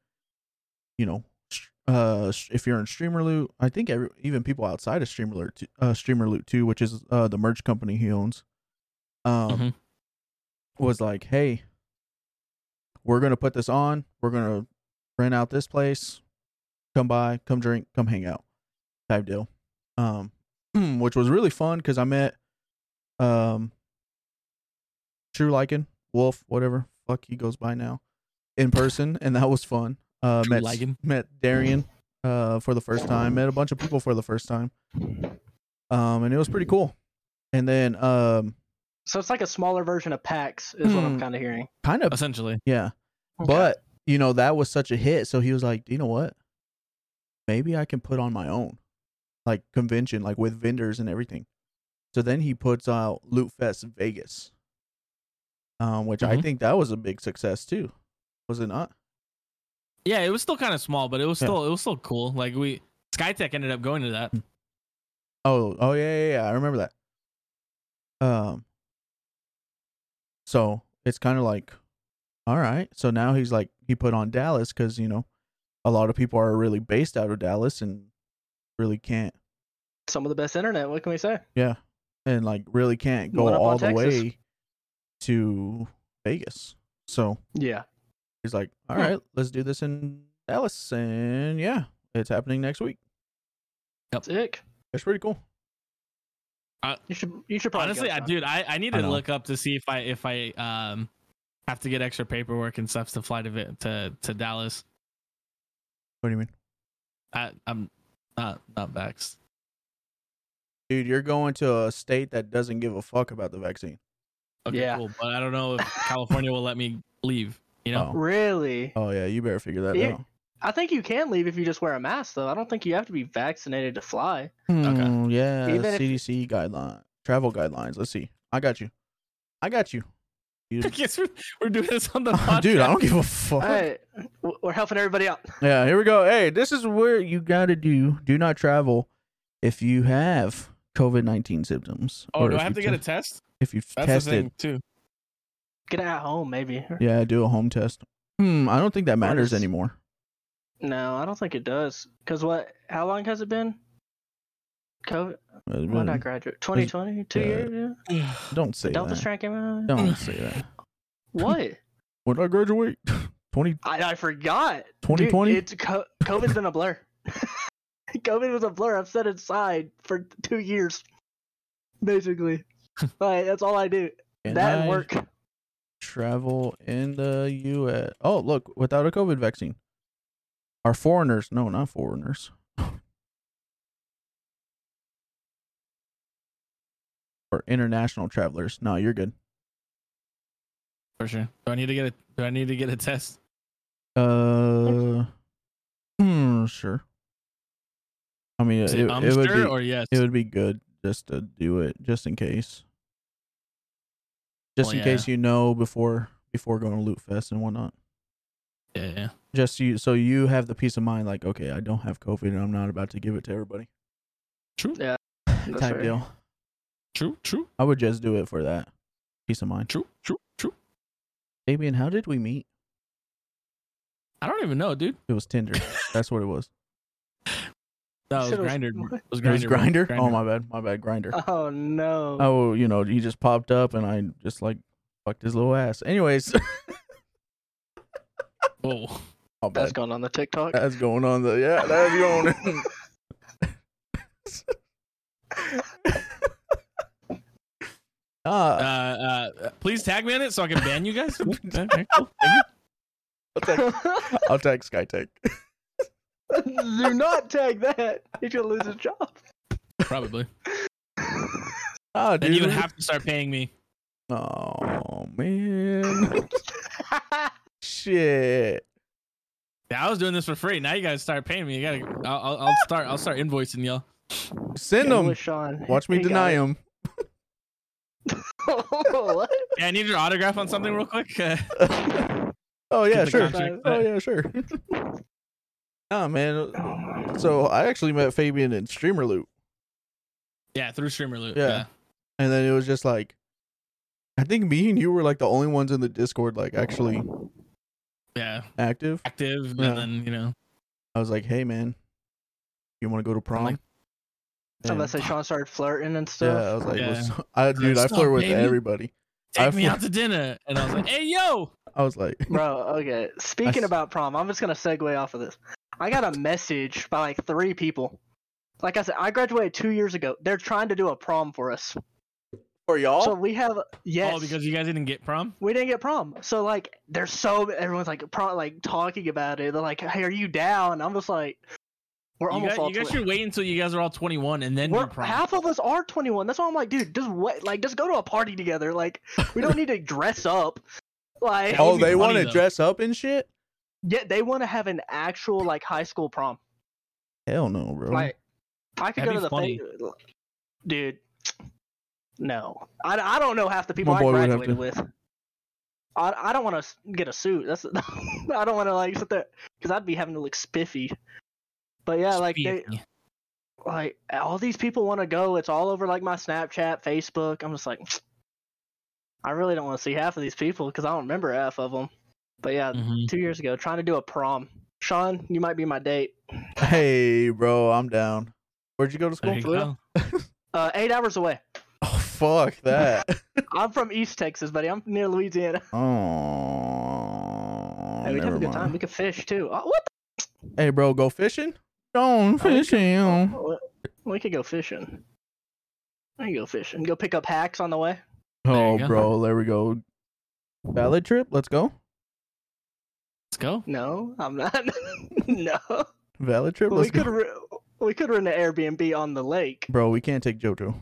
Speaker 1: you know, sh- uh s- if you're in streamer loot i think every, even people outside of streamer loot t- uh streamer loot too which is uh the merge company he owns um
Speaker 2: Mhm.
Speaker 1: was like hey we're gonna put this on we're gonna rent out this place come by come drink come hang out type deal um which was really fun because i met um true lycan wolf whatever fuck he goes by now in person and that was fun uh
Speaker 2: True
Speaker 1: met
Speaker 2: Lycan.
Speaker 1: met darian uh for the first time met a bunch of people for the first time um and it was pretty cool and then um
Speaker 3: So it's like a smaller version of PAX, is what I'm
Speaker 1: Hmm.
Speaker 3: kind of hearing.
Speaker 1: kind of
Speaker 2: essentially.
Speaker 1: yeah but you know that was such a hit, so he was like, you know what? Maybe I can put on my own, like convention, like with vendors and everything. So then he puts out Loot Fest Vegas, um, which I
Speaker 2: Mhm.
Speaker 1: think that was a big success too, was it not?
Speaker 2: Yeah, it was still kind of small, but it was
Speaker 1: Yeah. Mm.
Speaker 2: still it was still cool. Like we Skytech ended up going to that.
Speaker 1: Oh, oh yeah, yeah, yeah. I remember that. Um. So it's kind of like, all right. So now he's like, he put on Dallas because you know, a lot of people are really based out of Dallas and really can't
Speaker 3: Some of the best internet. What can we say?
Speaker 1: Yeah. And like really can't go
Speaker 3: One up on
Speaker 1: all the
Speaker 3: Texas.
Speaker 1: way to Vegas. So
Speaker 3: Yeah.
Speaker 1: he's like, all
Speaker 2: Hmm.
Speaker 1: right, let's do this in Dallas. And yeah, it's happening next week.
Speaker 3: Sick.
Speaker 1: That's pretty cool.
Speaker 3: You should. You should probably.
Speaker 2: Honestly,
Speaker 3: go,
Speaker 2: I
Speaker 3: Sean.
Speaker 2: dude, I, I need
Speaker 1: I
Speaker 2: to
Speaker 1: know.
Speaker 2: look up to see if I if I um have to get extra paperwork and stuff to fly to Vi- to to Dallas.
Speaker 1: What do you mean?
Speaker 2: I, I'm not not vaxxed.
Speaker 1: Dude, you're going to a state that doesn't give a fuck about the vaccine.
Speaker 2: Okay,
Speaker 3: Yeah.
Speaker 2: cool. But I don't know if California will let me leave. You know,
Speaker 1: Oh.
Speaker 3: Really?
Speaker 1: Oh yeah, you better figure that
Speaker 3: Yeah.
Speaker 1: out.
Speaker 3: I think you can leave if you just wear a mask, though. I don't think you have to be vaccinated to fly.
Speaker 2: Okay.
Speaker 1: Hmm, yeah,
Speaker 3: Even if-
Speaker 1: CDC guideline, travel guidelines. Let's see. I got you. I got you. You-
Speaker 2: I guess we're, we're doing this on the podcast.
Speaker 1: dude, I don't give a fuck.
Speaker 3: Hey, w- we're helping everybody out.
Speaker 1: Yeah, here we go. Hey, this is where you got to do do not travel if you have COVID nineteen symptoms.
Speaker 2: Oh,
Speaker 1: or
Speaker 2: do
Speaker 1: if
Speaker 2: I have
Speaker 1: you
Speaker 2: to get a
Speaker 1: te-
Speaker 2: test?
Speaker 1: if you've
Speaker 2: That's the
Speaker 1: tested?
Speaker 2: thing too.
Speaker 3: Get it at home, maybe.
Speaker 1: Yeah, do a home test. Hmm, I don't think that matters
Speaker 3: is-
Speaker 1: anymore.
Speaker 3: No, I don't think it does. Cause what? How long has it been? COVID.
Speaker 1: Uh,
Speaker 3: When I graduate, 2020, two
Speaker 1: yeah.
Speaker 3: years. Yeah.
Speaker 1: Don't say
Speaker 3: Delta
Speaker 1: that.
Speaker 3: strain came out.
Speaker 1: Don't say that.
Speaker 3: What?
Speaker 1: When I graduate, 20,
Speaker 3: I, I forgot. Dude,
Speaker 1: 2020?
Speaker 3: It's co- COVID's been a blur. COVID was a blur. I've set aside for two years, basically. like that's all I do.
Speaker 1: can
Speaker 3: that
Speaker 1: I
Speaker 3: and work.
Speaker 1: travel in the U.S. Oh, look, without a COVID vaccine, are foreigners? No, not foreigners. Or international travelers. No, you're good.
Speaker 2: For sure. Do I need to get a Do I need to get a test?
Speaker 1: Uh, hmm, sure. I mean, it,
Speaker 2: Is it,
Speaker 1: it,
Speaker 2: um,
Speaker 1: it would
Speaker 2: sure
Speaker 1: be
Speaker 2: or yes?
Speaker 1: it would be good just to do it, just in case. Just
Speaker 2: Well,
Speaker 1: in
Speaker 2: Oh, yeah.
Speaker 1: case you know before before going to Loot Fest and whatnot.
Speaker 2: yeah, yeah.
Speaker 1: Just so you, so you have the peace of mind, like, okay, I don't have COVID and I'm not about to give it to everybody.
Speaker 2: True.
Speaker 3: Yeah. That's
Speaker 1: type
Speaker 3: fair.
Speaker 1: deal.
Speaker 2: True. True.
Speaker 1: I would just do it for that peace of mind.
Speaker 2: True. True. True.
Speaker 1: Fabian, how did we meet?
Speaker 2: I don't even know, dude.
Speaker 1: It was Tinder. That's what it was.
Speaker 2: No,
Speaker 3: You
Speaker 2: it was
Speaker 3: said it was-
Speaker 2: grinder. It was
Speaker 1: It was
Speaker 2: grinder.
Speaker 1: Grinder. Oh my bad, my bad. Grinder.
Speaker 3: Oh no.
Speaker 1: Oh, you know, he just popped up and I just like fucked his little ass. Anyways,
Speaker 2: Oh.
Speaker 1: oh,
Speaker 3: that's
Speaker 1: that's,
Speaker 3: going on the TikTok.
Speaker 1: that's going on the yeah, that's going.
Speaker 2: Uh,
Speaker 1: ah,
Speaker 2: uh, please tag me on it so I can ban you guys. Okay, cool.
Speaker 1: I'll text, I'll text SkyTech.
Speaker 3: do not tag that. He's gonna lose his job.
Speaker 2: Probably.
Speaker 1: Ah,
Speaker 2: Then
Speaker 1: dude.
Speaker 2: you would have to start paying me.
Speaker 1: oh man, shit.
Speaker 2: Yeah, I was doing this for free. Now you guys start paying me. You gotta. I'll, I'll- I'll start. I'll start invoicing y'all.
Speaker 1: Send
Speaker 3: Get
Speaker 1: him.
Speaker 3: with Sean.
Speaker 1: Watch me
Speaker 3: He got
Speaker 1: deny
Speaker 3: it.
Speaker 1: him.
Speaker 3: What?
Speaker 2: Yeah, I need your autograph on something real quick. Uh,
Speaker 1: oh yeah,
Speaker 2: the
Speaker 1: sure.
Speaker 2: contract
Speaker 1: Oh
Speaker 2: set.
Speaker 1: yeah, sure. Ah man. So I actually met Fabian in Streamer Loop.
Speaker 2: yeah, through streamer loot.
Speaker 1: Yeah. and then it was just like i think me and you were like the only ones in the discord like actually
Speaker 2: Yeah. Yeah.
Speaker 1: active
Speaker 2: Active,
Speaker 1: Yeah.
Speaker 2: and then you know.
Speaker 1: I was like, "Hey, man, you want to go to prom?"
Speaker 2: like,
Speaker 1: And-
Speaker 3: Unless they Sean started flirting and
Speaker 1: yeah, I
Speaker 3: stuff.
Speaker 1: was like,
Speaker 2: Yeah.
Speaker 1: "What's- I, dude, I
Speaker 2: "What's
Speaker 1: flirt
Speaker 2: up,
Speaker 1: with
Speaker 2: baby?"
Speaker 1: everybody."
Speaker 2: Take
Speaker 1: I
Speaker 2: me
Speaker 1: fl-
Speaker 2: out to dinner, and I was like, "Hey, yo,
Speaker 1: I was like,
Speaker 3: Bro, okay. Speaking
Speaker 1: s-
Speaker 3: about prom, I'm just gonna segue off of this. I got a message by like three people. Like I said, I graduated two years ago. They're trying to do a prom for us.
Speaker 1: "For y'all?"
Speaker 3: So we have yes.
Speaker 2: oh, because you guys didn't get prom."
Speaker 3: we didn't get prom. So like, there's so everyone's like pro like talking about it. They're like, "Hey, are you down?" I'm just like, "We're
Speaker 2: You
Speaker 3: almost
Speaker 2: guys,
Speaker 3: all
Speaker 2: you guys
Speaker 3: 20.
Speaker 2: should wait until you guys are all 21 and then
Speaker 3: We're,
Speaker 2: do prom.
Speaker 3: half of us are 21. That's why I'm like, dude, just what? Like, just go to a party together. Like, we don't need to dress up. Like,
Speaker 1: oh,
Speaker 2: would be
Speaker 1: they
Speaker 2: funny,
Speaker 1: want to
Speaker 2: though.
Speaker 1: dress up and shit?
Speaker 3: yeah, they want to have an actual like high school prom.
Speaker 1: Hell no, bro.
Speaker 3: Like, I could
Speaker 2: That'd
Speaker 3: go
Speaker 2: be
Speaker 3: to the
Speaker 2: funny.
Speaker 3: fa- dude. No, I, I don't know half the people
Speaker 1: My
Speaker 3: I
Speaker 1: boy would have
Speaker 3: graduated with. I, I don't want to get a suit. That's I don't want to like sit there because I'd be having to look spiffy. But yeah, like they
Speaker 2: Speaking.
Speaker 3: like all these people want to go. It's all over like my Snapchat, Facebook. I'm just like, I really don't want to see half of these people because I don't remember half of them. But yeah,
Speaker 2: Mhm.
Speaker 3: two years ago, trying to do a prom. Sean, you might be my date.
Speaker 1: hey, bro, I'm down. Where'd you go to
Speaker 2: There
Speaker 1: school?
Speaker 2: you
Speaker 3: for real?
Speaker 2: go.
Speaker 3: Uh, eight hours away.
Speaker 1: Oh, fuck that.
Speaker 3: I'm from East Texas, buddy. I'm near Louisiana.
Speaker 1: oh,
Speaker 3: hey, we'd have
Speaker 1: never
Speaker 3: a good time.
Speaker 1: mind.
Speaker 3: We could fish too. Oh, what?
Speaker 1: Hey, bro, go fishing. Don't
Speaker 3: we Oh,
Speaker 1: fishing.
Speaker 3: The? We could go fishing. We could go fishing. Go pick up hacks on the way.
Speaker 2: There
Speaker 1: Oh,
Speaker 2: you go.
Speaker 1: bro, there we go. Valid trip. Let's go.
Speaker 2: Let's go.
Speaker 3: No, I'm not. no,
Speaker 1: Valid trip.
Speaker 3: we
Speaker 1: Let's go.
Speaker 3: could re- we could rent an Airbnb on the lake.
Speaker 1: Bro, we can't take JoJo.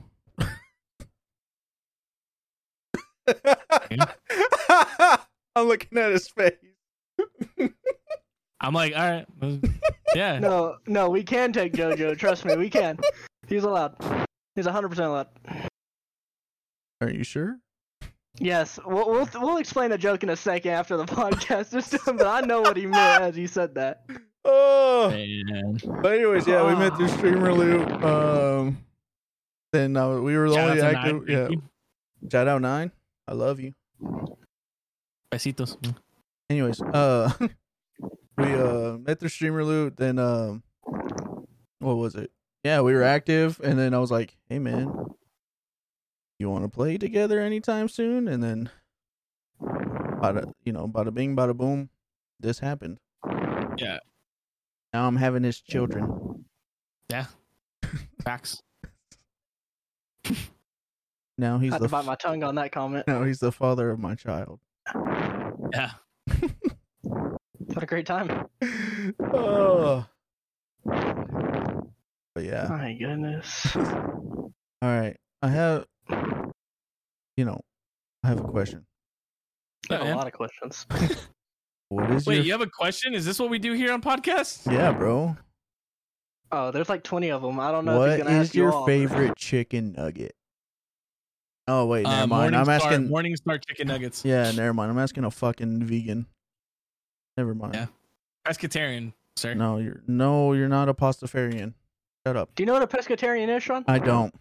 Speaker 1: I'm looking at his face.
Speaker 2: I'm like, all right, let's- yeah.
Speaker 3: No, no, we can take JoJo. Trust me, we can. He's allowed. He's 100 percent allowed.
Speaker 1: Are you sure?
Speaker 3: Yes, we'll, we'll we'll explain the joke in a second after the podcast, just but I know what he meant as he said that.
Speaker 1: Oh,
Speaker 2: Man.
Speaker 1: but anyways, yeah, we met through Streamer Loop. Um, then uh, we were the
Speaker 2: Shout out
Speaker 1: only
Speaker 2: to
Speaker 1: active.
Speaker 2: Nine.
Speaker 1: Yeah,
Speaker 2: Thank you.
Speaker 1: shout out nine. I love you.
Speaker 2: Besitos.
Speaker 1: Anyways, uh, we uh met through Streamer Loop. Then um, what was it? Yeah, we were active, and then I was like, "Hey, man, you want to play together anytime soon?" And then, bada, you know, bada bing, bada boom, this happened.
Speaker 2: Yeah.
Speaker 1: Now I'm having his children.
Speaker 2: Facts.
Speaker 1: Now he's
Speaker 3: I had
Speaker 1: the
Speaker 3: to bite
Speaker 1: f-
Speaker 3: my tongue on that comment.
Speaker 1: now he's the father of my child.
Speaker 2: Yeah.
Speaker 3: What a great time!
Speaker 1: oh. But yeah.
Speaker 3: My goodness.
Speaker 1: All right. I have, you know, I have a question.
Speaker 2: Oh,
Speaker 3: I
Speaker 2: Yeah,
Speaker 3: have a
Speaker 2: man.
Speaker 3: lot of questions.
Speaker 1: What is
Speaker 2: Wait, you
Speaker 1: your?
Speaker 2: have a question? Is this what we do here on podcasts?
Speaker 1: Yeah, bro.
Speaker 3: Oh, there's like 20 of them. I don't know if
Speaker 1: What
Speaker 3: he's gonna
Speaker 1: is
Speaker 3: ask you
Speaker 1: your
Speaker 3: all.
Speaker 1: favorite chicken nugget? Oh wait, never
Speaker 2: Uh,
Speaker 1: mind. I'm
Speaker 2: Morningstar-
Speaker 1: asking.
Speaker 2: Morningstar chicken nuggets.
Speaker 1: yeah, never mind. I'm asking a fucking vegan. Never mind.
Speaker 2: Yeah. Pescatarian, sir.
Speaker 1: No, you're no, you're not a pastafarian. Shut up.
Speaker 3: Do you know what a pescatarian is, Sean?
Speaker 1: I don't.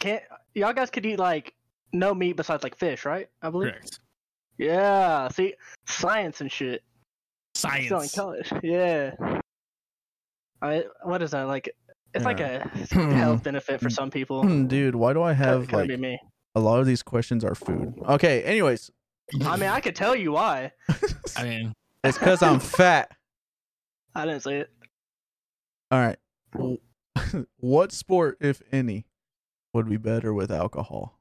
Speaker 3: Can't y'all guys could eat like no meat besides like fish, right? I believe.
Speaker 2: Correct.
Speaker 3: Yeah. See, science and shit. Still in
Speaker 2: Science.
Speaker 3: college. Yeah. I what is that like? It's like a
Speaker 1: Yeah.
Speaker 3: health benefit for some people. Could-
Speaker 1: Dude, why do I have
Speaker 3: could
Speaker 1: like
Speaker 3: be me.
Speaker 1: a lot of these questions are food? Okay. Anyways,
Speaker 3: I mean, I could tell you why.
Speaker 2: I mean,
Speaker 1: it's because I'm fat.
Speaker 3: I didn't say it.
Speaker 1: All right. W- what sport, if any, would be better with alcohol?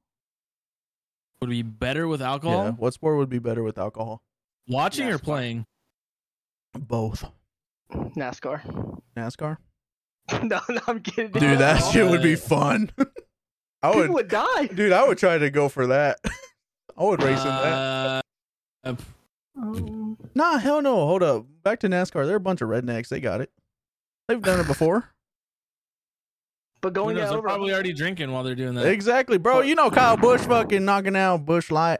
Speaker 2: would be better with alcohol?
Speaker 1: Yeah. What sport would be better with alcohol?
Speaker 2: Watching or
Speaker 3: NASCAR.
Speaker 2: playing?
Speaker 1: Both.
Speaker 3: NASCAR.
Speaker 1: NASCAR.
Speaker 3: no, no, I'm kidding.
Speaker 1: Dude, that
Speaker 2: Oh,
Speaker 1: shit would be
Speaker 2: yeah.
Speaker 1: fun. I
Speaker 3: People
Speaker 1: would,
Speaker 3: would die.
Speaker 1: dude. I would try to go for that. I would race in that.
Speaker 2: Uh,
Speaker 3: Um,
Speaker 1: Nah, hell no. Hold up. Back to NASCAR. They're a bunch of rednecks. They got it. They've done it before.
Speaker 3: but
Speaker 2: who
Speaker 3: going
Speaker 2: knows?
Speaker 3: out
Speaker 2: They're
Speaker 3: over
Speaker 2: probably already drinking while they're doing that.
Speaker 1: exactly, bro. You know Kyle Bush fucking knocking out Bush Light.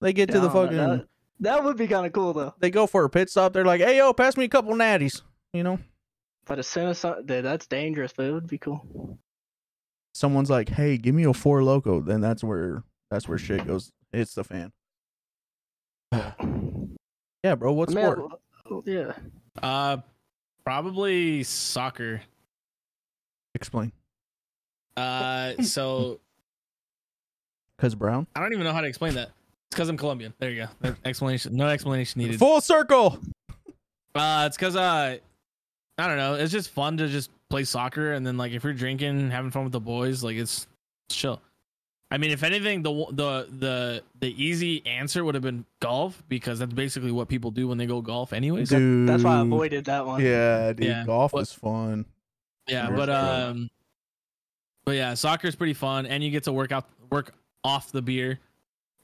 Speaker 1: They get to
Speaker 3: Yeah,
Speaker 1: the
Speaker 3: I don't
Speaker 1: fucking.
Speaker 3: know, That, that would be kind of cool though.
Speaker 1: They go for a pit stop. They're like, "Hey yo, pass me a couple natties." You know.
Speaker 3: But as soon as some, dude, that's dangerous, but it would be cool.
Speaker 1: someone's like, "Hey, give me a four loco," then that's where that's where shit goes. It's the fan. yeah, bro. What
Speaker 3: Man,
Speaker 1: sport?
Speaker 3: yeah.
Speaker 2: Uh, probably soccer.
Speaker 1: Explain.
Speaker 2: Uh, so
Speaker 1: Cause brown.
Speaker 2: I don't even know how to explain that. It's because I'm Colombian. There you go. No explanation. No explanation needed.
Speaker 1: Full circle.
Speaker 2: Uh, it's because uh, I don't know. It's just fun to just play soccer, and then like if you're drinking, having fun with the boys, like it's it's chill. I mean, if anything, the the the the easy answer would have been golf because that's basically what people do when they go golf, anyways.
Speaker 1: Dude.
Speaker 3: That's why I avoided that one.
Speaker 1: Mm, Yeah, dude.
Speaker 2: Yeah.
Speaker 1: Golf
Speaker 2: What-
Speaker 1: is fun.
Speaker 2: Yeah,
Speaker 1: Sure.
Speaker 2: but um, but yeah, soccer is pretty fun, and you get to work out, work off the beer,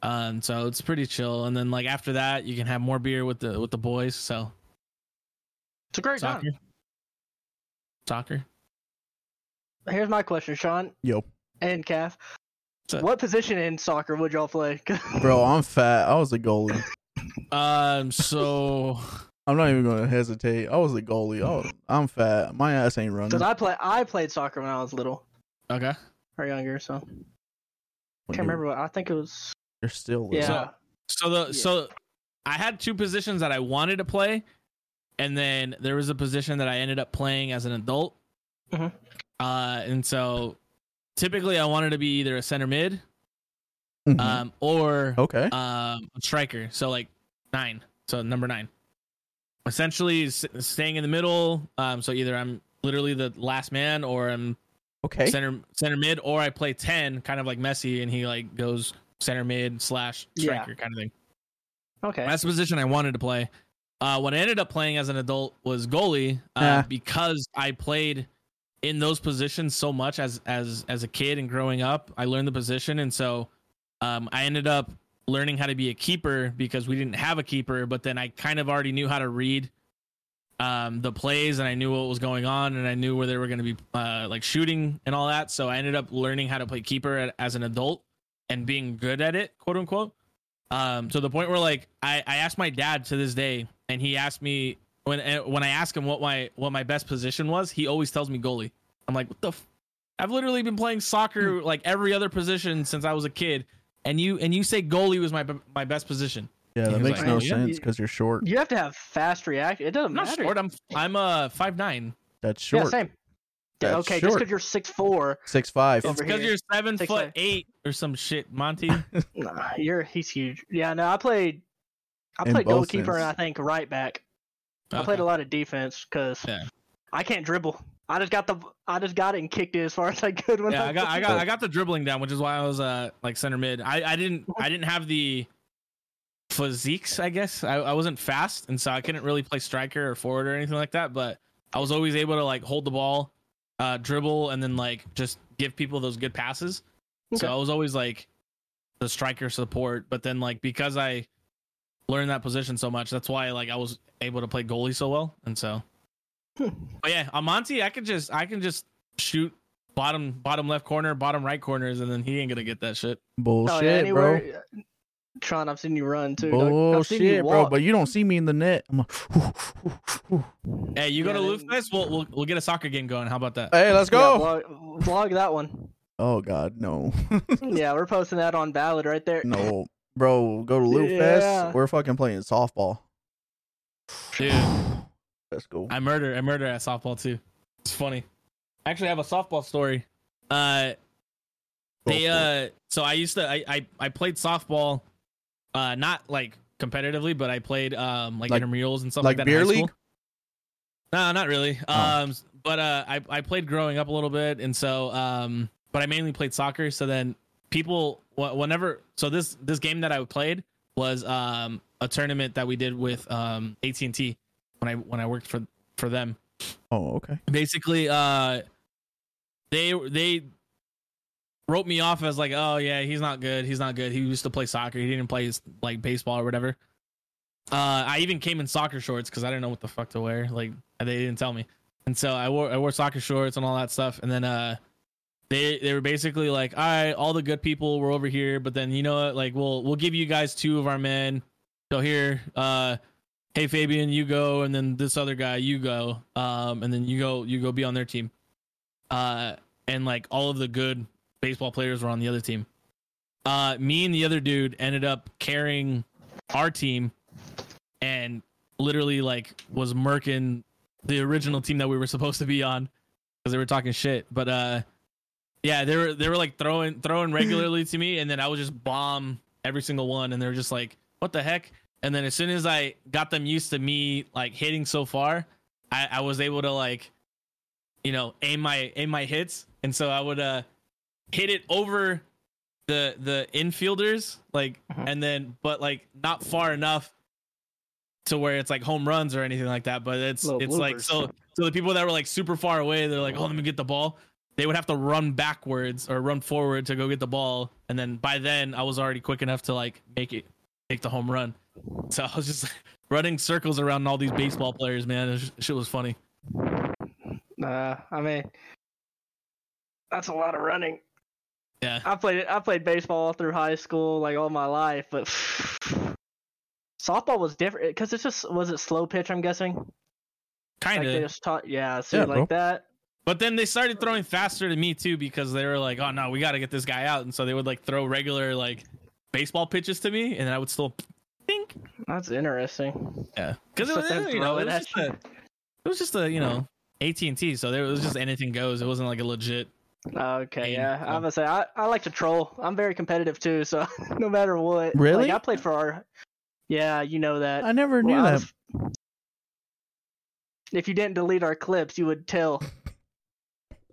Speaker 2: um, so it's pretty chill. And then like after that, you can have more beer with the with the boys. So
Speaker 3: It's a great
Speaker 2: soccer,
Speaker 3: time.
Speaker 2: soccer.
Speaker 3: Here's my question, Sean
Speaker 1: Yo,
Speaker 3: and Calf.
Speaker 2: What's up?
Speaker 3: What position in soccer would y'all play?
Speaker 1: bro, I'm fat. I was a goalie.
Speaker 2: Um, so
Speaker 1: I'm not even gonna hesitate. I was a goalie. Oh, I'm fat. My ass ain't running.
Speaker 3: Because I play, I played soccer when I was little
Speaker 2: okay,
Speaker 3: or younger, so
Speaker 1: When
Speaker 3: can't
Speaker 1: you're-
Speaker 3: remember what. I think it was.
Speaker 1: You're still little.
Speaker 3: Yeah,
Speaker 2: So- so the
Speaker 3: Yeah.
Speaker 2: so I had two positions that I wanted to play, and then there was a position that I ended up playing as an adult.
Speaker 3: Mhm.
Speaker 2: Uh, and so typically I wanted to be either a center mid,
Speaker 1: Mhm.
Speaker 2: um, or
Speaker 1: okay.
Speaker 2: um striker so like nine so number nine essentially s- staying in the middle um so either i'm literally the last man or i'm
Speaker 1: Okay.
Speaker 2: center center mid or i play 10 kind of like messi and he like goes center mid slash
Speaker 3: Yeah.
Speaker 2: striker kind of thing
Speaker 3: okay.
Speaker 2: that's the position i wanted to play uh what i ended up playing as an adult was goalie uh,
Speaker 1: Yeah.
Speaker 2: because i played in those positions so much as as as a kid and growing up i learned the position and so um, I ended up learning how to be a keeper because we didn't have a keeper, but then I kind of already knew how to read um, the plays and I knew what was going on and I knew where they were going to be uh, like shooting and all that. So I ended up learning how to play keeper a- as an adult and being good at it, quote unquote. Um, to the point where like I, I asked my dad to this day, and he asked me when eh, when I ask him what my what my best position was, he always tells me goalie. I'm like, what the? F-? I've literally been playing soccer
Speaker 3: Hmm.
Speaker 2: like every other position since I was a kid, and you and you say goalie was my b- my best position.
Speaker 1: yeah,
Speaker 2: he
Speaker 1: that
Speaker 2: was
Speaker 1: makes
Speaker 2: like,
Speaker 1: no
Speaker 3: "Oh,
Speaker 1: sense
Speaker 3: yeah,
Speaker 1: sense
Speaker 3: you-
Speaker 1: because you're short.
Speaker 3: you have to have fast reaction. It doesn't
Speaker 2: I'm not
Speaker 3: matter.
Speaker 2: short. I'm I'm uh five nine.
Speaker 1: That's short.
Speaker 3: Yeah, same.
Speaker 1: That's
Speaker 3: Yeah, okay, just
Speaker 1: short.
Speaker 3: because you're six four,
Speaker 1: Six five.
Speaker 3: Over
Speaker 2: Because
Speaker 3: here.
Speaker 2: you're seven
Speaker 3: Six
Speaker 2: foot
Speaker 3: five.
Speaker 2: eight or some shit, Monty.
Speaker 3: nah, you're he's huge. Yeah, no, I played. I
Speaker 1: In
Speaker 3: played
Speaker 1: both
Speaker 3: goalkeeper and I
Speaker 1: ends.
Speaker 3: think right back. I
Speaker 2: Okay.
Speaker 3: played a lot of defense because
Speaker 2: Yeah.
Speaker 3: I can't dribble. I just got the I just got it and kicked it as far as I could when
Speaker 2: yeah, I got, I got,
Speaker 1: football.
Speaker 2: I got the dribbling down, which is why I was uh like center mid. I, I didn't, I didn't have the physiques, I guess. I, I wasn't fast, and so I couldn't really play striker or forward or anything like that. But I was always able to like hold the ball, uh, dribble, and then like just give people those good passes. So
Speaker 3: Okay.
Speaker 2: I was always like the striker support. But then like because I learned that position so much, that's why like I was able to play goalie so well. And so,
Speaker 3: Hmm.
Speaker 2: but yeah, Amante, I could just, I can just shoot bottom bottom left corner, bottom right corners, and then he ain't gonna get that shit.
Speaker 1: Bullshit,
Speaker 3: Oh, yeah,
Speaker 1: bro.
Speaker 3: anywhere- Sean, I've seen you run too. dog. I've seen you
Speaker 1: Bullshit, bro.
Speaker 3: walk.
Speaker 1: But you don't see me in the net. I'm like,
Speaker 2: Hey, you go
Speaker 3: Yeah,
Speaker 2: to
Speaker 3: then-
Speaker 2: Lufus, we'll, we'll we'll get a soccer game going. How about that?
Speaker 1: hey, let's go.
Speaker 3: Yeah, vlog, vlog that one.
Speaker 1: oh God, no,
Speaker 3: yeah, we're posting that on Ballad right there.
Speaker 1: no, bro. Go to Loot
Speaker 3: Yeah.
Speaker 1: Fest. We're fucking playing softball.
Speaker 2: Dude,
Speaker 1: Let's go.
Speaker 2: I murder I murder at softball too. It's funny. I actually have a softball story. Uh
Speaker 1: Go
Speaker 2: they
Speaker 1: for it.
Speaker 2: uh so i used to I, I i played softball uh not like competitively but i played um like,
Speaker 1: Like-
Speaker 2: intramurals and stuff
Speaker 1: like
Speaker 2: like, that
Speaker 1: beer
Speaker 2: in high
Speaker 1: league?
Speaker 2: school. no not really
Speaker 1: Oh.
Speaker 2: um but uh I, I played growing up a little bit and so um but i mainly played soccer so then people wh- whenever so this this game that i played was um a tournament that we did with um at&t when i when i worked for for them
Speaker 1: oh, okay.
Speaker 2: basically uh they they wrote me off as like oh yeah he's not good he's not good he used to play soccer he didn't play like baseball or whatever uh i even came in soccer shorts because i didn't know what the fuck to wear like they didn't tell me and so i wore i wore soccer shorts and all that stuff and then uh they they were basically like all right all the good people were over here but then you know what like we'll we'll give you guys two of our men so here uh hey Fabian, you go, and then this other guy, you go, um, and then you go, you go be on their team, uh, and like all of the good baseball players were on the other team. Uh, me and the other dude ended up carrying our team and literally like was murking the original team that we were supposed to be on because they were talking shit. But uh, yeah, they were they were like throwing throwing regularly to me, and then I would just bomb every single one, and they were just like, "What the heck?" And then as soon as I got them used to me like hitting so far, I, I was able to like, you know, aim my aim my hits, and so I would uh hit it over the the infielders like
Speaker 3: Mm-hmm.
Speaker 2: and then but like not far enough to where it's like home runs or anything like that but it's
Speaker 3: Little
Speaker 2: it's like
Speaker 3: bloopers.
Speaker 2: so so the people that were like super far away they're like oh let me get the ball they would have to run backwards or run forward to go get the ball and then by then i was already quick enough to like make it make the home run so i was just running circles around all these baseball players man It was- shit was funny
Speaker 3: Uh, I mean, that's a lot of running.
Speaker 2: yeah
Speaker 3: I played I played baseball all through high school, like all my life, but softball was different because it's just was it slow pitch? I'm guessing.
Speaker 2: kind
Speaker 3: Like
Speaker 2: of
Speaker 3: they just taught, yeah, see,
Speaker 1: Yeah,
Speaker 3: like
Speaker 1: bro.
Speaker 3: that.
Speaker 2: But then they started throwing faster to me too because they were like, "Oh no, we got to get this guy out," and so they would like throw regular like baseball pitches to me, and I would still think,
Speaker 3: That's interesting.
Speaker 2: yeah, because it,
Speaker 3: Just
Speaker 2: was
Speaker 3: let them
Speaker 2: you know
Speaker 3: throw
Speaker 2: it
Speaker 3: it
Speaker 2: was
Speaker 3: at
Speaker 2: just
Speaker 3: you.
Speaker 2: a, it was just a you know AT and T, so there it was just anything goes. It wasn't like a legit.
Speaker 3: Oh, Okay,
Speaker 2: Game,
Speaker 3: yeah.
Speaker 2: so.
Speaker 3: I'm gonna say I, I like to troll. I'm very competitive too, so no matter what.
Speaker 1: Really?
Speaker 3: Like I played for our. Yeah, you know that.
Speaker 1: I never knew
Speaker 3: Well, I
Speaker 1: that.
Speaker 3: was- If you didn't delete our clips, you would tell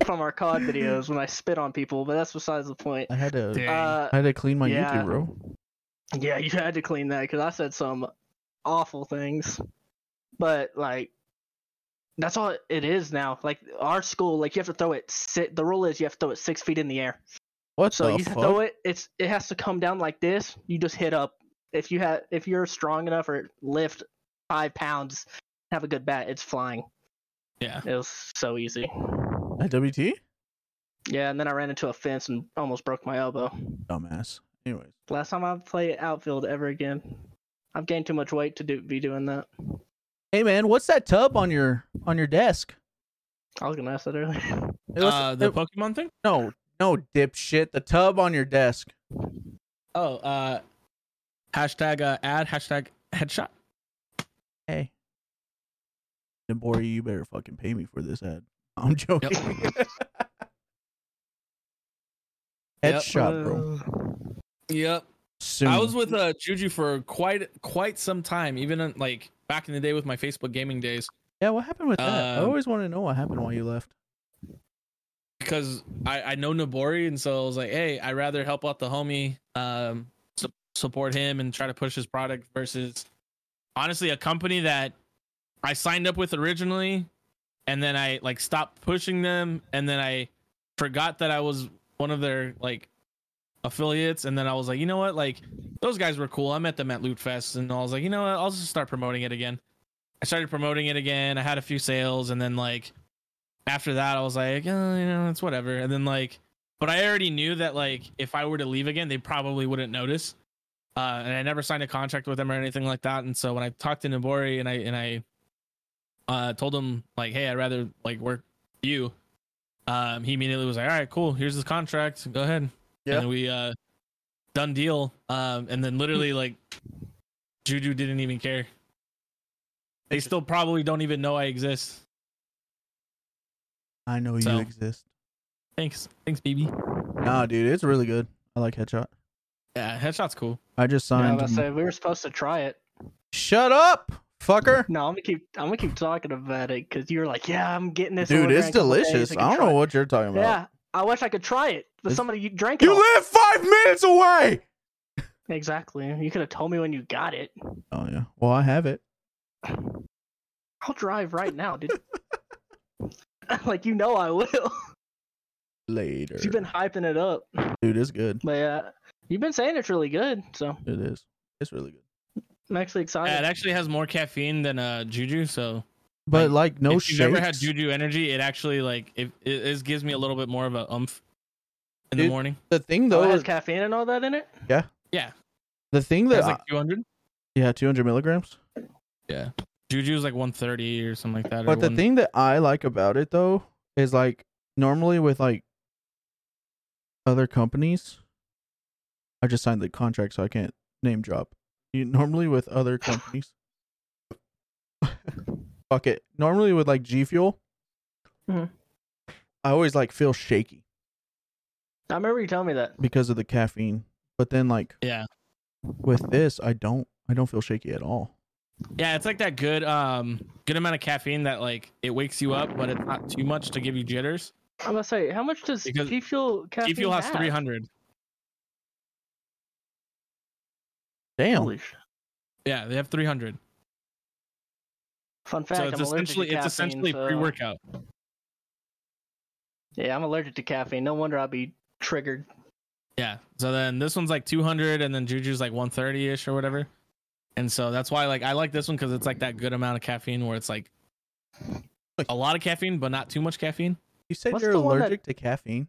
Speaker 3: from our COD videos when I spit on people, but that's besides the point.
Speaker 1: I had to
Speaker 2: Dang.
Speaker 3: Uh,
Speaker 1: I had to clean my
Speaker 3: yeah.
Speaker 1: YouTube, bro.
Speaker 3: yeah, you had to clean that because I said some awful things. But like, that's all it is now. Like our school, like you have to throw it. Si- the rule is you have to throw it six feet in the air.
Speaker 1: What
Speaker 3: So
Speaker 1: the
Speaker 3: you
Speaker 1: fuck?
Speaker 3: throw it. It's it has to come down like this. You just hit up. If you have if you're strong enough or lift five pounds, have a good bat. It's flying.
Speaker 2: Yeah.
Speaker 3: It was so easy.
Speaker 1: At WT?
Speaker 3: Yeah, and then I ran into a fence and almost broke my elbow.
Speaker 1: Dumbass. Anyways.
Speaker 3: Last time I play outfield ever again. I've gained too much weight to do, be doing that.
Speaker 1: Hey man, what's that tub on your on your desk?
Speaker 3: I was gonna ask that earlier.
Speaker 1: It was-
Speaker 2: uh, the
Speaker 1: it-
Speaker 2: Pokemon thing.
Speaker 1: no, no, dipshit. The tub on your desk.
Speaker 2: Oh, uh, hashtag uh, ad hashtag headshot.
Speaker 1: Hey. Nabori, you better fucking pay me for this ad. I'm joking. Headshot, bro.
Speaker 2: Yep.
Speaker 1: Soon.
Speaker 2: I was with uh, Juju for quite quite some time, even uh, like back in the day with my Facebook gaming days.
Speaker 1: yeah, what happened with that? I
Speaker 2: Um,
Speaker 1: always want to know what happened while you left.
Speaker 2: because I, I know Nabori, and so I was like, hey, I'd rather help out the homie, um, su- support him, and try to push his product versus honestly a company that I signed up with originally, and then I like stopped pushing them, and then I forgot that I was one of their like affiliates, and then I was like, you know what, like those guys were cool. I met them at Loot Fest, and I was like, you know what, I'll just start promoting it again. I started promoting it again. I had a few sales, and then like after that, I was like, oh, you know, it's whatever. And then like, but I already knew that like if I were to leave again, they probably wouldn't notice. Uh, and I never signed a contract with them or anything like that. And so when I talked to Nabori and I and I uh, told him like, hey, I'd rather like work with you. Um, he immediately was like, all right, cool. Here's this contract. Go ahead.
Speaker 1: Yeah.
Speaker 2: And we uh, done deal. Um, and then literally like, Juju didn't even care. They still probably don't even know I exist.
Speaker 1: I know you
Speaker 2: so-
Speaker 1: exist.
Speaker 2: Thanks, thanks, BB.
Speaker 1: Nah, dude, it's really good. I like Headshot.
Speaker 2: Yeah, headshot's cool.
Speaker 1: I just
Speaker 3: Yeah, I
Speaker 1: signed.
Speaker 3: was gonna say, we were supposed to try it.
Speaker 1: Shut up, fucker.
Speaker 3: No, I'm gonna keep. I'm gonna keep talking about it because you're like, yeah, I'm getting this.
Speaker 1: Dude,
Speaker 3: over in
Speaker 1: it's
Speaker 3: a couple days,
Speaker 1: delicious. I
Speaker 3: can
Speaker 1: don't
Speaker 3: try
Speaker 1: know
Speaker 3: it."
Speaker 1: what you're talking about.
Speaker 3: Yeah, I wish I could try it, but
Speaker 1: It's-
Speaker 3: somebody you drank it.
Speaker 1: You
Speaker 3: all.
Speaker 1: live five minutes away.
Speaker 3: exactly. You could have told me when you got it.
Speaker 1: Oh yeah. Well, I have it.
Speaker 3: I'll drive right now, dude. like you know I will.
Speaker 1: Later.
Speaker 3: You've been hyping it up,
Speaker 1: Dude, it's good.
Speaker 3: but yeah, you've been saying it's really good, so
Speaker 1: It is. It's really good.
Speaker 3: I'm actually excited.
Speaker 2: Yeah, it actually has more caffeine than uh Juju. So
Speaker 1: But like no
Speaker 2: if
Speaker 1: shakes.
Speaker 2: you've ever had Juju energy, it actually like it, it, it gives me a little bit more of a umph in the
Speaker 1: Dude,
Speaker 2: morning.
Speaker 1: the thing
Speaker 3: Oh, it
Speaker 1: though,
Speaker 3: has
Speaker 1: is,
Speaker 3: caffeine and all that in it.
Speaker 2: Yeah,
Speaker 1: the thing that
Speaker 2: it's like 200.
Speaker 1: I- yeah, 200 milligrams.
Speaker 2: Juju is like 130 or something like that. or
Speaker 1: But the
Speaker 2: one-
Speaker 1: thing that I like about it though is like normally with like other companies, I just signed the contract, so I can't name drop. You, normally with other companies, fuck it. Normally with like G Fuel,
Speaker 3: Mhm.
Speaker 1: I always like feel shaky
Speaker 3: I remember you telling me that.
Speaker 1: because of the caffeine. But then like
Speaker 2: Yeah.
Speaker 1: with this, I don't I don't feel shaky at all.
Speaker 2: Yeah, it's like that good um good amount of caffeine that like it wakes you up, but it's not too much to give you jitters.
Speaker 3: I'm gonna say, how much does
Speaker 2: Because
Speaker 3: G Fuel caffeine?
Speaker 2: G Fuel has
Speaker 3: have?
Speaker 2: 300.
Speaker 1: Damn.
Speaker 3: Holy sh-
Speaker 2: Yeah, they have 300.
Speaker 3: Fun fact:
Speaker 2: so
Speaker 3: I'm
Speaker 2: it's
Speaker 3: allergic
Speaker 2: essentially
Speaker 3: to
Speaker 2: it's
Speaker 3: caffeine,
Speaker 2: essentially
Speaker 3: so-
Speaker 2: pre-workout.
Speaker 3: Yeah, I'm allergic to caffeine. No wonder I'd be triggered.
Speaker 2: Yeah. So then this one's like 200 and then Juju's like 130 ish or whatever. And so that's why like I like this one cuz it's like that good amount of caffeine where it's like a lot of caffeine but not too much caffeine.
Speaker 1: you said
Speaker 3: What's
Speaker 1: you're
Speaker 3: the one that-
Speaker 1: allergic to caffeine.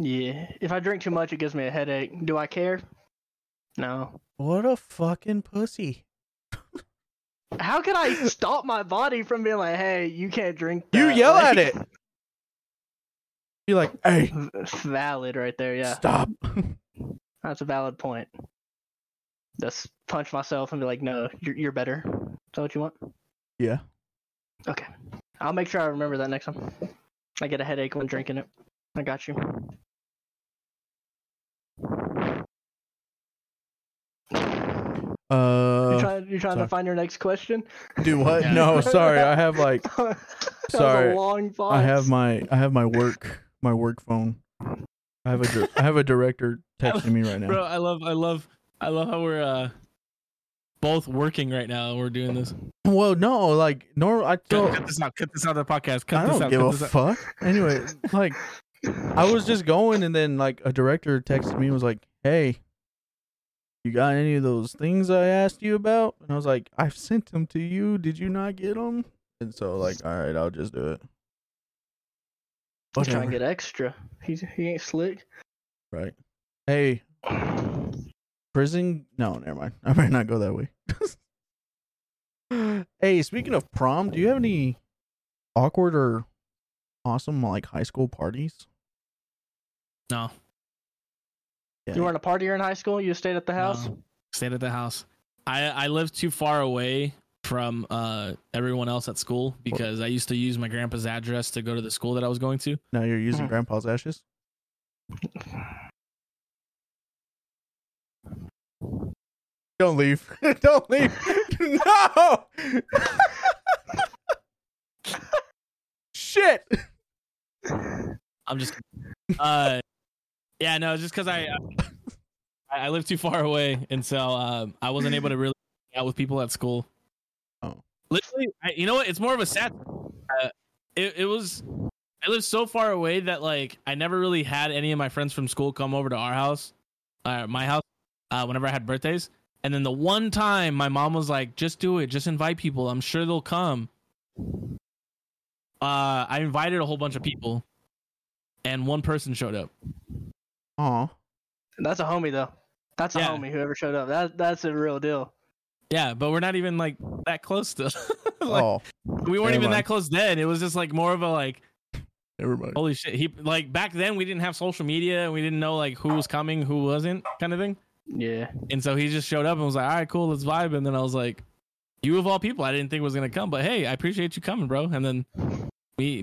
Speaker 3: Yeah, if I drink too much, it gives me a headache. Do I care? No.
Speaker 1: What a fucking pussy.
Speaker 3: How can I stop my body from being like, "Hey, you can't drink"?
Speaker 1: You
Speaker 3: that,"
Speaker 1: yell
Speaker 3: like-
Speaker 1: at it. You're like, hey,
Speaker 3: Valid, right there. Oh, Yeah,
Speaker 1: stop.
Speaker 3: that's a valid point. Just punch myself and be like, "No, you're you're better." Is that what you want?
Speaker 1: yeah.
Speaker 3: Okay. I'll make sure I remember that next time. I get a headache when drinking it. I got you. you
Speaker 1: Uh
Speaker 3: trying you trying
Speaker 1: sorry.
Speaker 3: to find your next question?
Speaker 1: do what?
Speaker 2: Yeah.
Speaker 1: No, sorry. I have like
Speaker 3: That was a
Speaker 1: Sorry,
Speaker 3: long
Speaker 1: I have
Speaker 3: pause.
Speaker 1: my I have my work my work phone. I have a dir- I have a director texting me right now.
Speaker 2: Bro, I love I love I love how we're uh both working right now. We're doing this.
Speaker 1: Well, no, like normal. I
Speaker 2: Cut,
Speaker 1: don't.
Speaker 2: cut this out. Cut this out of the podcast. Cut
Speaker 1: I
Speaker 2: this
Speaker 1: don't
Speaker 2: out.
Speaker 1: give
Speaker 2: cut
Speaker 1: a
Speaker 2: this out.
Speaker 1: fuck. Anyway, like I was just going, and then like a director texted me and was like, "Hey, you got any of those things I asked you about?" And I was like, "I've sent them to you. Did you not get them?" And so like, all right, I'll just do it.
Speaker 3: He's trying
Speaker 1: Whatever.
Speaker 3: to get extra. He's he ain't slick.
Speaker 1: Right. Hey, prison? No, never mind. I might not go that way. hey, speaking of prom, do you have any awkward or awesome like high school parties?
Speaker 2: No.
Speaker 1: Yeah.
Speaker 3: You weren't a partier in high school. You stayed at the house.
Speaker 2: No. Stayed at the house. I I live too far away from uh everyone else at school because I used to use my grandpa's address to go to the school that I was going to.
Speaker 1: now you're using
Speaker 3: Mhm.
Speaker 1: grandpa's ashes. Don't leave. Don't leave. no. Shit.
Speaker 2: I'm just uh yeah, no, it's just cuz I uh, I, I live too far away and so um I wasn't able to really hang out with people at school.
Speaker 1: Oh.
Speaker 2: Literally, I, you know what? It's more of a sad uh, it it was I lived so far away that like I never really had any of my friends from school come over to our house, uh, my house uh whenever I had birthdays. And then the one time my mom was like, "Just do it. Just invite people. I'm sure they'll come." Uh I invited a whole bunch of people and one person showed up.
Speaker 1: Aw.
Speaker 3: That's a homie though. That's a
Speaker 2: Yeah.
Speaker 3: homie. Whoever showed up. That that's a real deal.
Speaker 2: Yeah, but we're not even like that close to. like,
Speaker 1: oh.
Speaker 2: we
Speaker 1: never
Speaker 2: weren't even
Speaker 1: mind.
Speaker 2: that close then. It was just like more of a like,
Speaker 1: Everybody.
Speaker 2: holy shit. He like back then we didn't have social media and we didn't know like who was coming, who wasn't, kind of thing.
Speaker 3: Yeah.
Speaker 2: And so he just showed up and was like, "All right, cool, let's vibe." And then I was like, "You of all people, I didn't think was gonna come, but hey, I appreciate you coming, bro." And then me,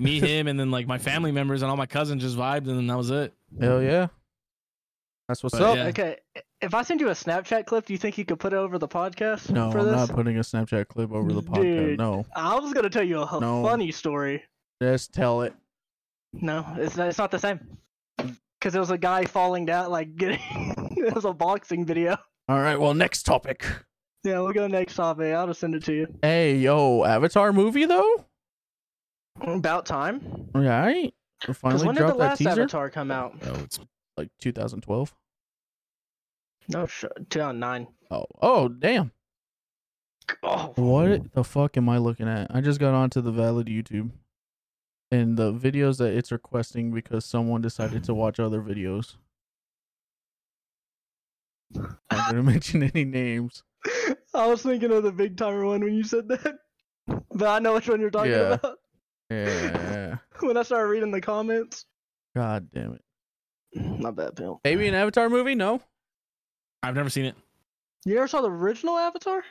Speaker 2: me, him, and then like my family members and all my cousins just vibed, and then that was it.
Speaker 1: Hell yeah. That's what's
Speaker 2: But
Speaker 1: up.
Speaker 2: yeah.
Speaker 3: Okay. If I send you a Snapchat clip, do you think you could put it over the podcast?
Speaker 1: No,
Speaker 3: For
Speaker 1: I'm
Speaker 3: this?
Speaker 1: not putting a Snapchat clip over the podcast.
Speaker 3: Dude.
Speaker 1: No.
Speaker 3: I was gonna tell you a
Speaker 1: No.
Speaker 3: funny story.
Speaker 1: Just tell it.
Speaker 3: No, it's not, it's not the same. Because it was a guy falling down, like getting. it was a boxing video.
Speaker 1: All right, well, next topic.
Speaker 3: Yeah, we'll go next topic. I'll just send it to you.
Speaker 1: Hey, yo, Avatar movie though?
Speaker 3: About time.
Speaker 1: All right. We
Speaker 3: Because
Speaker 1: finally
Speaker 3: when did the
Speaker 1: dropped that
Speaker 3: last
Speaker 1: teaser.
Speaker 3: Avatar come out?
Speaker 1: Oh, it's like 2012.
Speaker 3: No, sh- 2009.
Speaker 1: Oh, oh, damn.
Speaker 3: Oh,
Speaker 1: What the fuck am I looking at? I just got onto the valid YouTube and the videos that it's requesting because someone decided to watch other videos. I'm not gonna mention any names.
Speaker 3: I was thinking of the big timer one when you said that. But I know which one you're talking
Speaker 1: Yeah.
Speaker 3: about.
Speaker 1: Yeah.
Speaker 3: When I started reading the comments.
Speaker 1: God damn it.
Speaker 3: My bad, Bill.
Speaker 1: Maybe an Avatar movie? No.
Speaker 2: I've never seen it.
Speaker 3: You ever saw the original Avatar?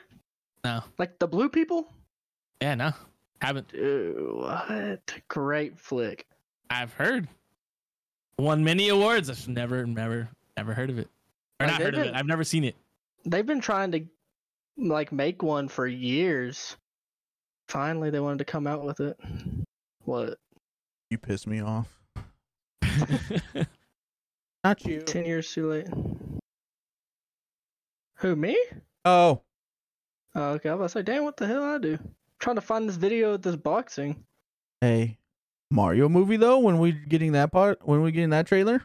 Speaker 2: No.
Speaker 3: Like the blue people?
Speaker 2: Yeah, no, haven't.
Speaker 3: Dude, what? Great flick.
Speaker 2: I've heard. Won many awards. I've never, never, never heard of it. Or
Speaker 3: Like,
Speaker 2: not
Speaker 3: Oh, they've
Speaker 2: heard of it.
Speaker 3: been-
Speaker 2: I've never seen it.
Speaker 3: They've been trying to like make one for years. Finally, they wanted to come out with it. What?
Speaker 1: You piss me off. Not you.
Speaker 3: Ten years too late. Who me?
Speaker 1: Oh,
Speaker 3: Oh, okay, I was like, damn, what the hell I do? trying to find this video of this boxing.
Speaker 1: hey, Mario movie though. When we getting that part? When we getting that trailer?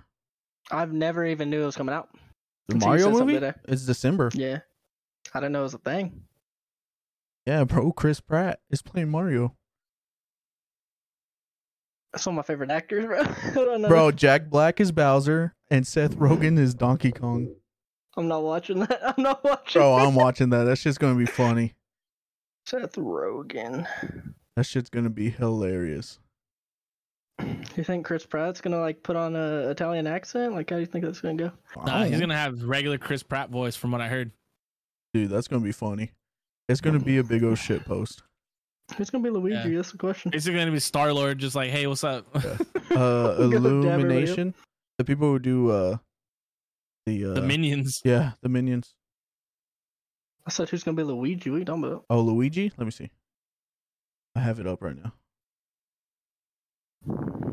Speaker 3: I've never even knew it was coming out.
Speaker 1: The
Speaker 3: Until you
Speaker 1: Mario
Speaker 3: said something
Speaker 1: movie?
Speaker 3: today.
Speaker 1: It's December.
Speaker 3: Yeah, I didn't know it was a thing.
Speaker 1: Yeah, bro. Chris Pratt is playing Mario.
Speaker 3: That's one of my favorite actors, bro. I don't know.
Speaker 1: Bro, Jack Black is Bowser and Seth Rogen is Donkey Kong.
Speaker 3: I'm not watching that. I'm not watching.
Speaker 1: Bro, I'm watching that. That shit's gonna be funny.
Speaker 3: Seth Rogen.
Speaker 1: That shit's gonna be hilarious.
Speaker 3: You think Chris Pratt's gonna like put on a Italian accent? Like, how do you think that's gonna go?
Speaker 2: Nah, he's
Speaker 1: Wow.
Speaker 2: gonna have regular Chris Pratt voice, from what I heard.
Speaker 1: Dude, that's gonna be funny. It's gonna be a big old shit post.
Speaker 3: Who's gonna be Luigi?
Speaker 2: Yeah.
Speaker 3: That's the question.
Speaker 2: Basically, gonna be Star Lord, just like, hey, what's up?
Speaker 1: Uh,
Speaker 3: Go dab it right up.
Speaker 1: Illumination. The people who do uh the uh
Speaker 2: the minions.
Speaker 1: yeah the minions.
Speaker 3: I said, who's gonna be Luigi? What are you talking about?
Speaker 1: Oh Luigi, let me see. I have it up right now.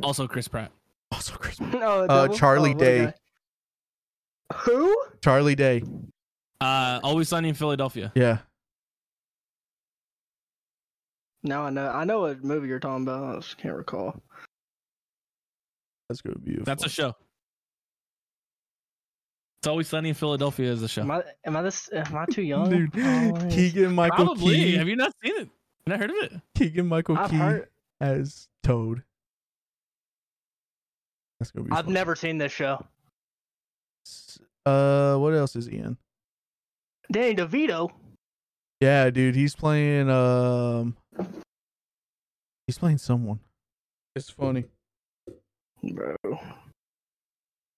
Speaker 2: Also, Chris Pratt.
Speaker 1: Also Chris
Speaker 3: No, double?
Speaker 1: Uh, Charlie
Speaker 3: what a
Speaker 1: Day.
Speaker 3: guy. Who?
Speaker 1: Charlie Day.
Speaker 2: Uh, Always Sunny in Philadelphia.
Speaker 1: Yeah,
Speaker 3: Now I know. I know what movie you're talking about. I just can't recall.
Speaker 1: that's gonna be.
Speaker 2: That's a show. It's Always Sunny in Philadelphia is a show.
Speaker 3: Am I? Am I this? Am I too young? Oh,
Speaker 1: dude.
Speaker 3: Always.
Speaker 1: Keegan Michael
Speaker 2: Probably.
Speaker 1: Key.
Speaker 2: Have you not seen it? Not heard of it?
Speaker 1: Keegan Michael
Speaker 3: I've
Speaker 1: Key
Speaker 3: heard.
Speaker 1: as Toad. That's gonna be.
Speaker 3: I've
Speaker 1: fun.
Speaker 3: never seen this show.
Speaker 1: Uh, what else is he in?
Speaker 3: Danny DeVito.
Speaker 1: Yeah, dude, he's playing um he's playing someone. It's funny.
Speaker 3: Bro.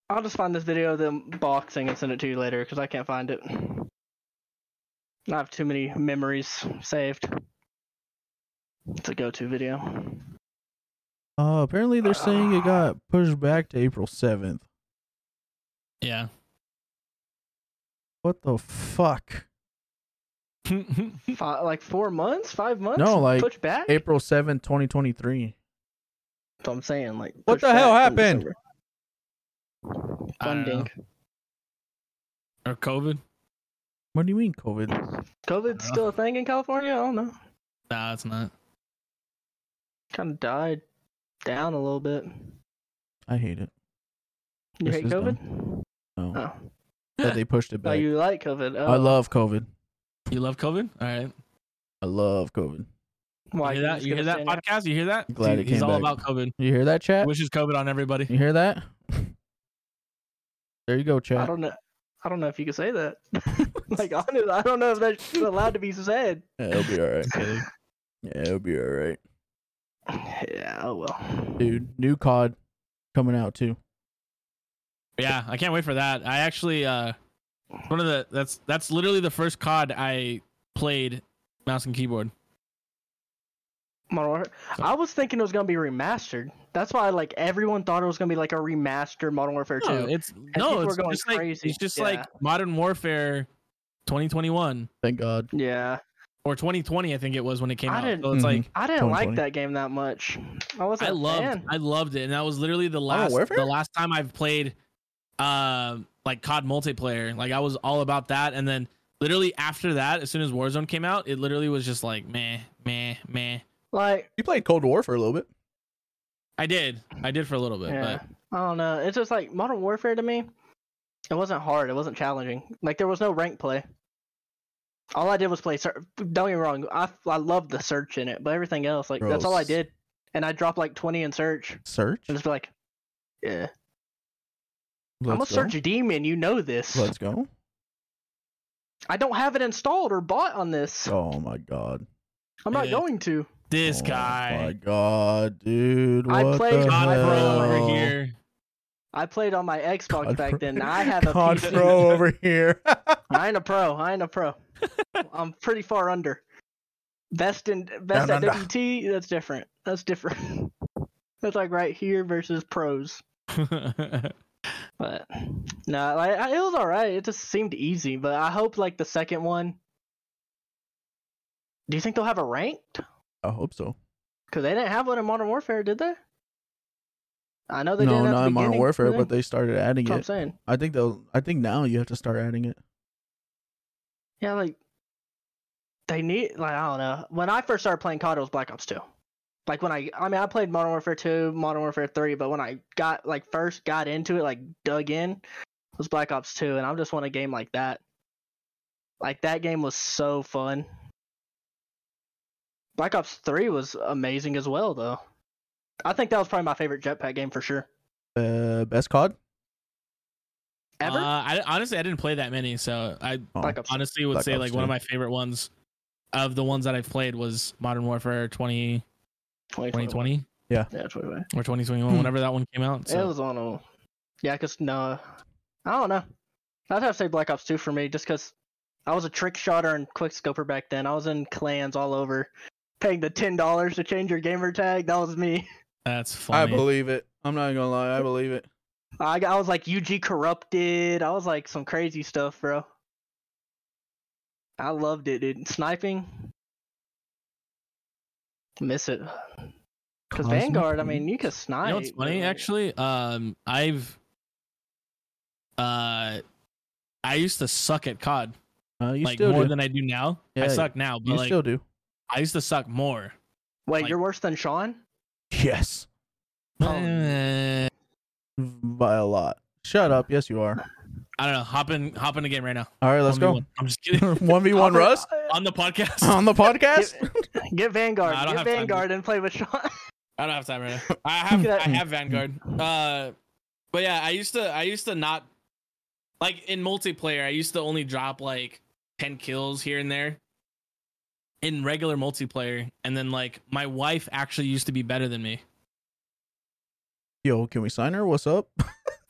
Speaker 3: I'll just find this video of them boxing and send it to you later because I can't find it. I have too many memories saved. It's a go to video.
Speaker 1: Uh apparently they're saying it got pushed back to April 7th.
Speaker 2: Yeah.
Speaker 1: What the fuck?
Speaker 3: Five, like four months? Five months?
Speaker 1: No, like,
Speaker 3: Push back? That's
Speaker 1: April 7th, 2023.
Speaker 3: what I'm saying. Like,
Speaker 1: What
Speaker 3: push
Speaker 1: the hell
Speaker 3: back in
Speaker 1: happened?
Speaker 3: December.
Speaker 2: I don't know.
Speaker 3: Funding.
Speaker 2: or COVID.
Speaker 1: What do you mean COVID?
Speaker 3: COVID's
Speaker 2: Uh.
Speaker 3: still a thing in California? I don't know.
Speaker 2: Nah, it's not.
Speaker 3: Kind of died down a little bit.
Speaker 1: I hate it.
Speaker 3: You
Speaker 1: This
Speaker 3: hate
Speaker 1: is
Speaker 3: COVID?
Speaker 1: No.
Speaker 3: Oh.
Speaker 1: That they pushed it
Speaker 3: No,
Speaker 1: back.
Speaker 3: you like COVID. Oh.
Speaker 1: I love COVID.
Speaker 2: You love COVID? All right.
Speaker 1: I love COVID.
Speaker 3: Why,
Speaker 2: you hear that?
Speaker 3: just
Speaker 2: You hear
Speaker 3: gonna
Speaker 2: that
Speaker 3: stand there?
Speaker 2: podcast? You hear that?
Speaker 1: I'm glad it
Speaker 2: He's
Speaker 1: came
Speaker 2: all
Speaker 1: back.
Speaker 2: about COVID.
Speaker 1: You hear that chat?
Speaker 2: Wishes COVID on everybody.
Speaker 1: You hear that? there you go,
Speaker 3: I
Speaker 1: chat.
Speaker 3: don't know. I don't know if you can say that. like honest, I don't know if that's allowed to be said.
Speaker 1: Yeah, it'll be all right. yeah, it'll be all right.
Speaker 3: Yeah, oh well.
Speaker 1: Dude, new COD coming out too.
Speaker 2: Yeah, I can't wait for that. I actually uh one of the that's that's literally the first COD I played mouse and keyboard.
Speaker 3: Modern Warfare. I was thinking it was gonna be remastered. That's why like everyone thought it was gonna be like a remastered Modern Warfare
Speaker 2: No,
Speaker 3: Two.
Speaker 2: it's no,
Speaker 3: people
Speaker 2: it's
Speaker 3: are going
Speaker 2: just like
Speaker 3: crazy.
Speaker 2: it's just
Speaker 3: Yeah.
Speaker 2: like Modern Warfare 2021
Speaker 1: Thank God.
Speaker 3: Yeah,
Speaker 2: or 2020 I think it was when it came
Speaker 3: I
Speaker 2: out.
Speaker 3: didn't-
Speaker 2: So
Speaker 1: Mm-hmm.
Speaker 2: it's like
Speaker 3: I didn't like
Speaker 1: 2020.
Speaker 3: that game that much. I
Speaker 2: I
Speaker 3: wasn't. a
Speaker 2: loved
Speaker 3: fan. Oh,
Speaker 2: I loved it and that was literally the last
Speaker 1: Warfare?
Speaker 2: the last time I've played uh like COD multiplayer. Like I was all about that and then literally after that as soon as Warzone came out, it literally was just like meh, meh, meh.
Speaker 3: Like,
Speaker 1: You played Cold War for a little bit.
Speaker 2: I did. I did for a little bit,
Speaker 3: yeah,
Speaker 2: but
Speaker 3: I don't know. It's just like Modern Warfare to me. It wasn't hard. It wasn't challenging. Like there was no rank play. All I did was play. Sur- Don't get me wrong. I I loved the search in it, but everything else, like that's all I
Speaker 1: Gross.
Speaker 3: did. And I dropped like twenty in search.
Speaker 1: Search.
Speaker 3: And just be like, yeah,
Speaker 1: Let's
Speaker 3: I'm a
Speaker 1: go.
Speaker 3: search demon. You know this.
Speaker 1: Let's go.
Speaker 3: I don't have it installed or bought on this.
Speaker 1: Oh my god.
Speaker 3: I'm not
Speaker 2: Yeah.
Speaker 3: going to.
Speaker 2: this
Speaker 1: Oh My
Speaker 2: guy
Speaker 1: god, dude.
Speaker 3: I
Speaker 1: what
Speaker 3: played
Speaker 1: the
Speaker 3: God
Speaker 2: God Pro
Speaker 1: hell?
Speaker 2: over here.
Speaker 3: I played on my Xbox
Speaker 1: God
Speaker 3: back
Speaker 1: pro-
Speaker 3: then. I have a
Speaker 1: God
Speaker 3: PC.
Speaker 1: pro over here.
Speaker 3: I ain't a pro. I ain't a pro. I'm pretty far under. Best in best
Speaker 5: no,
Speaker 3: at
Speaker 5: no.
Speaker 3: WT, that's different. That's different. that's like right here versus pros. But no, like I- it was all right. It just seemed easy. But I hope like the second one. Do you think they'll have a ranked?
Speaker 1: I hope so.
Speaker 3: Because they didn't have one in Modern Warfare, did they? I know they
Speaker 1: no,
Speaker 3: didn't. at the
Speaker 1: not in Modern
Speaker 3: beginning,
Speaker 1: Warfare,
Speaker 3: did
Speaker 1: but they started adding
Speaker 3: That's what I'm
Speaker 1: it.
Speaker 3: saying.
Speaker 1: I think they'll. I think now you have to start adding it.
Speaker 3: Yeah, like they need like I don't know. When I first started playing COD, it was Black Ops Two. Like when I, I mean, I played Modern Warfare Two, Modern Warfare Three, but when I got like first got into it, like dug in, it was Black Ops Two, and I just want a game like that. Like that game was so fun. Black Ops Three was amazing as well, though. I think that was probably my favorite jetpack game for sure.
Speaker 1: Uh, best COD.
Speaker 3: Ever?
Speaker 2: Uh, I honestly I didn't play that many, so I
Speaker 1: Oh,
Speaker 3: Black Ops.
Speaker 2: honestly would
Speaker 1: Black
Speaker 2: say
Speaker 1: Ops
Speaker 2: like one of
Speaker 1: 2.
Speaker 2: my favorite ones of the ones that I've played was Modern Warfare 20, 2020
Speaker 3: Yeah, 2020.
Speaker 2: or 2021,
Speaker 1: Hmm.
Speaker 2: whenever that one came out.
Speaker 3: It
Speaker 2: So.
Speaker 3: was on a. Yeah, because, no. I don't know. I'd have to say Black Ops 2 for me, just because I was a trick shotter and quickscoper back then. I was in clans all over, paying the $10 to change your gamer tag. That was me.
Speaker 2: That's
Speaker 1: I
Speaker 2: funny.
Speaker 1: believe it. I'm not gonna lie. I believe it.
Speaker 3: I, got- I was like UG corrupted. I was like some crazy stuff, bro. I loved it, dude. Sniping. Miss it. Because
Speaker 1: Cosmic
Speaker 3: Vanguard, I
Speaker 1: Reach.
Speaker 3: mean, you can snipe.
Speaker 2: You know what's funny
Speaker 3: but-
Speaker 2: actually? Um, I've uh, I used to suck at COD
Speaker 1: Uh, you
Speaker 2: like
Speaker 1: still
Speaker 2: more
Speaker 1: do.
Speaker 2: than I do now.
Speaker 1: Yeah,
Speaker 2: I suck now, but
Speaker 1: you
Speaker 2: like
Speaker 1: still do.
Speaker 2: I used to suck more.
Speaker 3: Wait,
Speaker 2: like-
Speaker 3: you're worse than Sean?
Speaker 1: Yes,
Speaker 3: Oh.
Speaker 1: Um,
Speaker 2: Eh,
Speaker 1: by a lot. Shut up. Yes, you are.
Speaker 2: I don't know. Hop in, hop in the game right now.
Speaker 1: All right, let's go.
Speaker 2: 1v1. I'm just kidding.
Speaker 1: One v one,
Speaker 3: I'll-
Speaker 1: Russ,
Speaker 2: On the podcast,
Speaker 1: on the podcast.
Speaker 3: Get Vanguard.
Speaker 2: Nah, I don't have
Speaker 3: Get
Speaker 2: time to-
Speaker 3: Vanguard and play with Sean.
Speaker 2: I don't have time right now. I have
Speaker 3: Get out.
Speaker 2: I have Vanguard. Uh, but yeah, I used to I used to not like in multiplayer. I used to only drop like ten kills here and there in regular multiplayer, and then like my wife actually used to be better than me.
Speaker 1: Yo, can we sign her? What's up?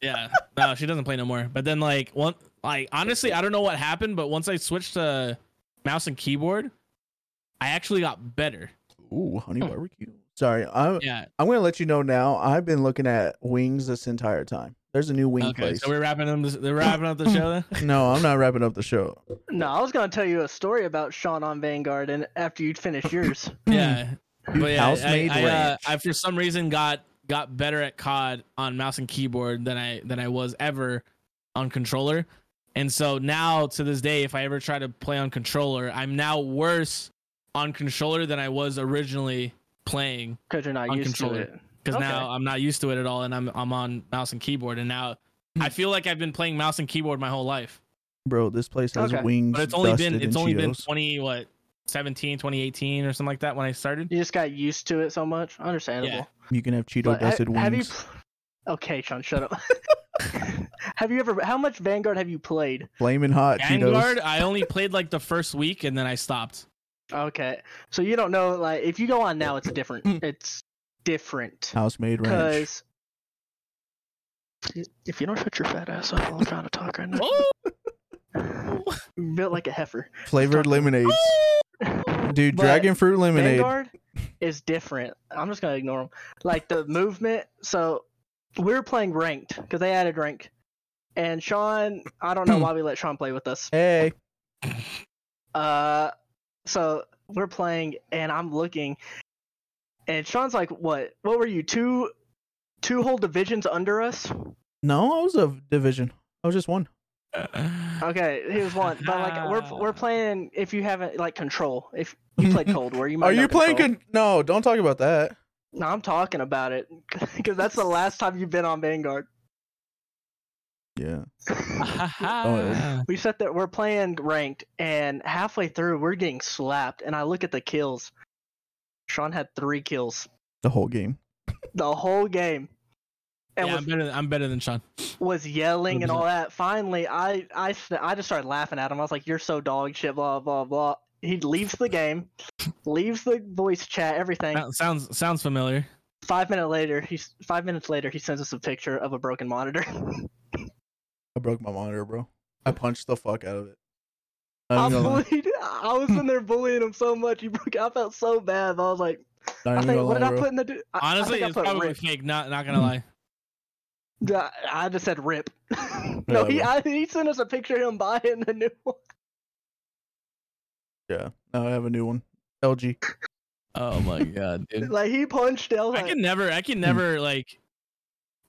Speaker 2: Yeah, no, she doesn't play no more. But then like one like honestly, I don't know what happened, but once I switched to mouse and keyboard, I actually got better.
Speaker 1: Ooh, honey barbecue. Sorry, I'm.
Speaker 2: Yeah.
Speaker 1: I'm gonna let you know now. I've been looking at wings this entire time. There's a new wing
Speaker 2: Okay,
Speaker 1: place.
Speaker 2: so we're wrapping them. They're wrapping up the show. Then?
Speaker 1: no, I'm not wrapping up the show.
Speaker 3: no, I was gonna tell you a story about Sean on Vanguard, and after you finish yours,
Speaker 2: Yeah. But yeah, I,
Speaker 1: Housemaid
Speaker 2: I, uh,
Speaker 1: ranch.
Speaker 2: I for some reason got got better at COD on mouse and keyboard than I than I was ever on controller. And so now to this day, if I ever try to play on controller, I'm now worse on controller than I was originally playing
Speaker 3: because you're not
Speaker 2: On
Speaker 3: used to
Speaker 2: controller.
Speaker 3: it.
Speaker 2: because
Speaker 3: Okay.
Speaker 2: now I'm not used to it at all, and I'm I'm on mouse and keyboard, and now I feel like I've been playing mouse and keyboard my whole life.
Speaker 1: Bro, this place has
Speaker 3: Okay.
Speaker 1: wings.
Speaker 2: But it's only
Speaker 1: dusted
Speaker 2: been
Speaker 1: in
Speaker 2: it's only been
Speaker 1: Cheetos.
Speaker 2: 20 what 17 2018 or something like that when I started.
Speaker 3: You just got used to it so much. Understandable.
Speaker 1: You can have Cheeto
Speaker 3: But ha-
Speaker 1: dusted wings.
Speaker 3: have you? pl- Okay, Sean, shut up. have you ever? How much Vanguard have you played?
Speaker 1: Flaming hot
Speaker 2: Vanguard,
Speaker 1: Cheetos.
Speaker 2: I only played like the first week and then I stopped.
Speaker 3: Okay, so you don't know. Like, if you go on now, it's
Speaker 2: Mm.
Speaker 3: different. it's different
Speaker 1: House-made ranch.
Speaker 3: because if you don't shut your fat ass up, I'm trying to talk right now.
Speaker 2: Oh,
Speaker 3: You're Built like a heifer.
Speaker 1: Flavored lemonades. Dude,
Speaker 3: Oh, But
Speaker 1: dragon fruit lemonade.
Speaker 3: Vanguard is different. I'm just gonna ignore them. Like the movement. So we were playing ranked because they added rank, and Sean. I don't know
Speaker 1: Hmm.
Speaker 3: why we let Sean play with us.
Speaker 1: Hey.
Speaker 3: Uh, so we're playing, and I'm looking, and Sean's like, "What? What were you two, two whole divisions under us?"
Speaker 1: No, I was a division. I was just one.
Speaker 3: Okay, he was one, but like we're we're playing. If you haven't like control, if you played Cold War, you might.
Speaker 1: Are
Speaker 3: know
Speaker 1: you playing
Speaker 3: Control.
Speaker 1: con- No, don't talk about that.
Speaker 3: No, I'm talking about it because that's the last time you've been on Vanguard.
Speaker 1: Yeah.
Speaker 3: we set that we're playing ranked, and halfway through we're getting slapped, and I look at the kills. Sean had three kills
Speaker 1: The whole game.
Speaker 3: the whole game, and
Speaker 2: yeah, I'm Mm-hmm.
Speaker 3: was,
Speaker 2: better. Than, I'm better than Sean.
Speaker 3: was yelling and all that. Finally, I I s- I just started laughing at him. I was like, "You're so dog shit." Blah blah blah. He leaves the game, leaves the voice chat, everything.
Speaker 2: That sounds sounds familiar.
Speaker 3: Five minute later, he's five minutes later he sends us a picture of a broken monitor.
Speaker 1: I broke my monitor, bro. I punched the fuck out of it.
Speaker 2: Oh,
Speaker 3: I
Speaker 1: even gonna lie.
Speaker 3: bullied. I was in there bullying him so much. You broke. I felt so bad. But I was like,
Speaker 1: Not
Speaker 3: I
Speaker 1: even
Speaker 3: think,
Speaker 1: gonna
Speaker 3: what did
Speaker 1: lie,
Speaker 3: I
Speaker 1: bro.
Speaker 3: put in the? du- I,
Speaker 2: Honestly,
Speaker 3: I
Speaker 2: it's
Speaker 3: think I put
Speaker 2: probably
Speaker 3: rip.
Speaker 2: fake. Not not gonna lie.
Speaker 3: I, I just said rip. no, he
Speaker 1: Yeah,
Speaker 3: I, he sent us a picture of him buying the new one.
Speaker 1: Yeah. Now I have a new one. LG.
Speaker 2: Oh my god, dude! Hmm.
Speaker 3: Like he punched. I was
Speaker 2: I
Speaker 3: like,
Speaker 2: can never, I can never like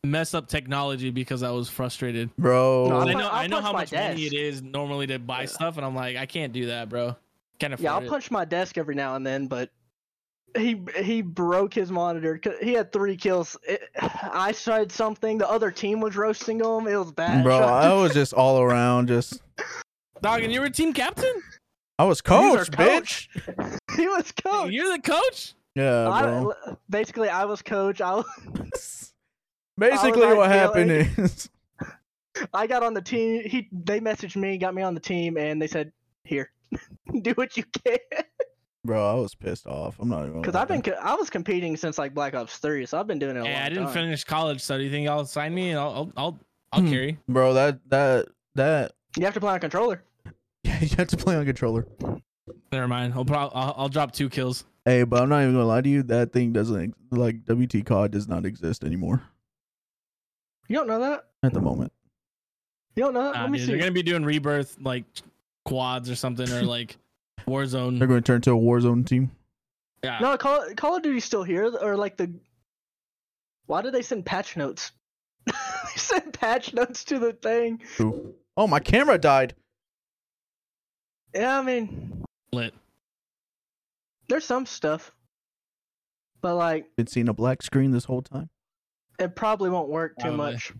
Speaker 2: mess up technology because I was frustrated.
Speaker 1: Bro.
Speaker 3: No,
Speaker 2: I
Speaker 3: pu-
Speaker 2: know,
Speaker 3: I'll
Speaker 2: I know
Speaker 3: punch
Speaker 2: how
Speaker 3: my
Speaker 2: much money it
Speaker 3: desk.
Speaker 2: is normally to buy
Speaker 3: Yeah.
Speaker 2: stuff, and I'm like, I can't do that, bro. Can't afford
Speaker 3: yeah, I'll
Speaker 2: it.
Speaker 3: punch my desk every now and then, but he he broke his monitor. 'cause He had three kills. It, I said something. The other team was roasting him. It was bad.
Speaker 1: Bro, I was just all around just
Speaker 2: Dog, and you were team captain.
Speaker 1: I was
Speaker 3: our
Speaker 1: coach,
Speaker 3: coach.
Speaker 1: bitch.
Speaker 3: he was coach.
Speaker 2: You're the coach.
Speaker 1: Yeah,
Speaker 3: I-
Speaker 1: bro.
Speaker 3: basically, I was coach. I, was-
Speaker 1: Basically
Speaker 3: I
Speaker 1: what
Speaker 3: feel
Speaker 1: happened is
Speaker 3: I got on the team. He they messaged me, got me on the team, and they said, "Here, do what you can."
Speaker 1: Bro, I was pissed off. I'm not even gonna
Speaker 3: Because
Speaker 1: lie.
Speaker 3: I've been co- I was competing since like Black Ops Three, so I've been doing it. A
Speaker 2: Hey,
Speaker 3: long
Speaker 2: I didn't
Speaker 3: time.
Speaker 2: finish college, so do you think y'all sign me? And I'll, I'll, I'll, I'll
Speaker 1: Hmm.
Speaker 2: carry.
Speaker 1: Bro, that that that
Speaker 3: You have to play on a controller.
Speaker 1: yeah, you have to play on controller.
Speaker 2: Never mind. I'll probably, I'll, I'll drop two kills.
Speaker 1: Hey, but I'm not even gonna lie to you. That thing doesn't ex- like WT COD does not exist anymore
Speaker 3: You don't know that.
Speaker 1: at the moment.
Speaker 3: You don't know that.
Speaker 2: Nah,
Speaker 3: Let me
Speaker 2: dude,
Speaker 3: see.
Speaker 2: They're gonna be doing rebirth like quads or something, or like
Speaker 1: They're
Speaker 2: Warzone.
Speaker 1: going to turn to a Warzone team.
Speaker 2: Yeah.
Speaker 3: No, Call Call of Duty's still here, or like the. Why did they send patch notes? they sent patch notes to the thing.
Speaker 1: Ooh. Oh, my camera died.
Speaker 3: Yeah, I mean,
Speaker 2: Lit.
Speaker 3: there's some stuff, but like
Speaker 1: Been seeing a black screen this whole time.
Speaker 3: it probably won't work too
Speaker 2: Probably.
Speaker 3: much.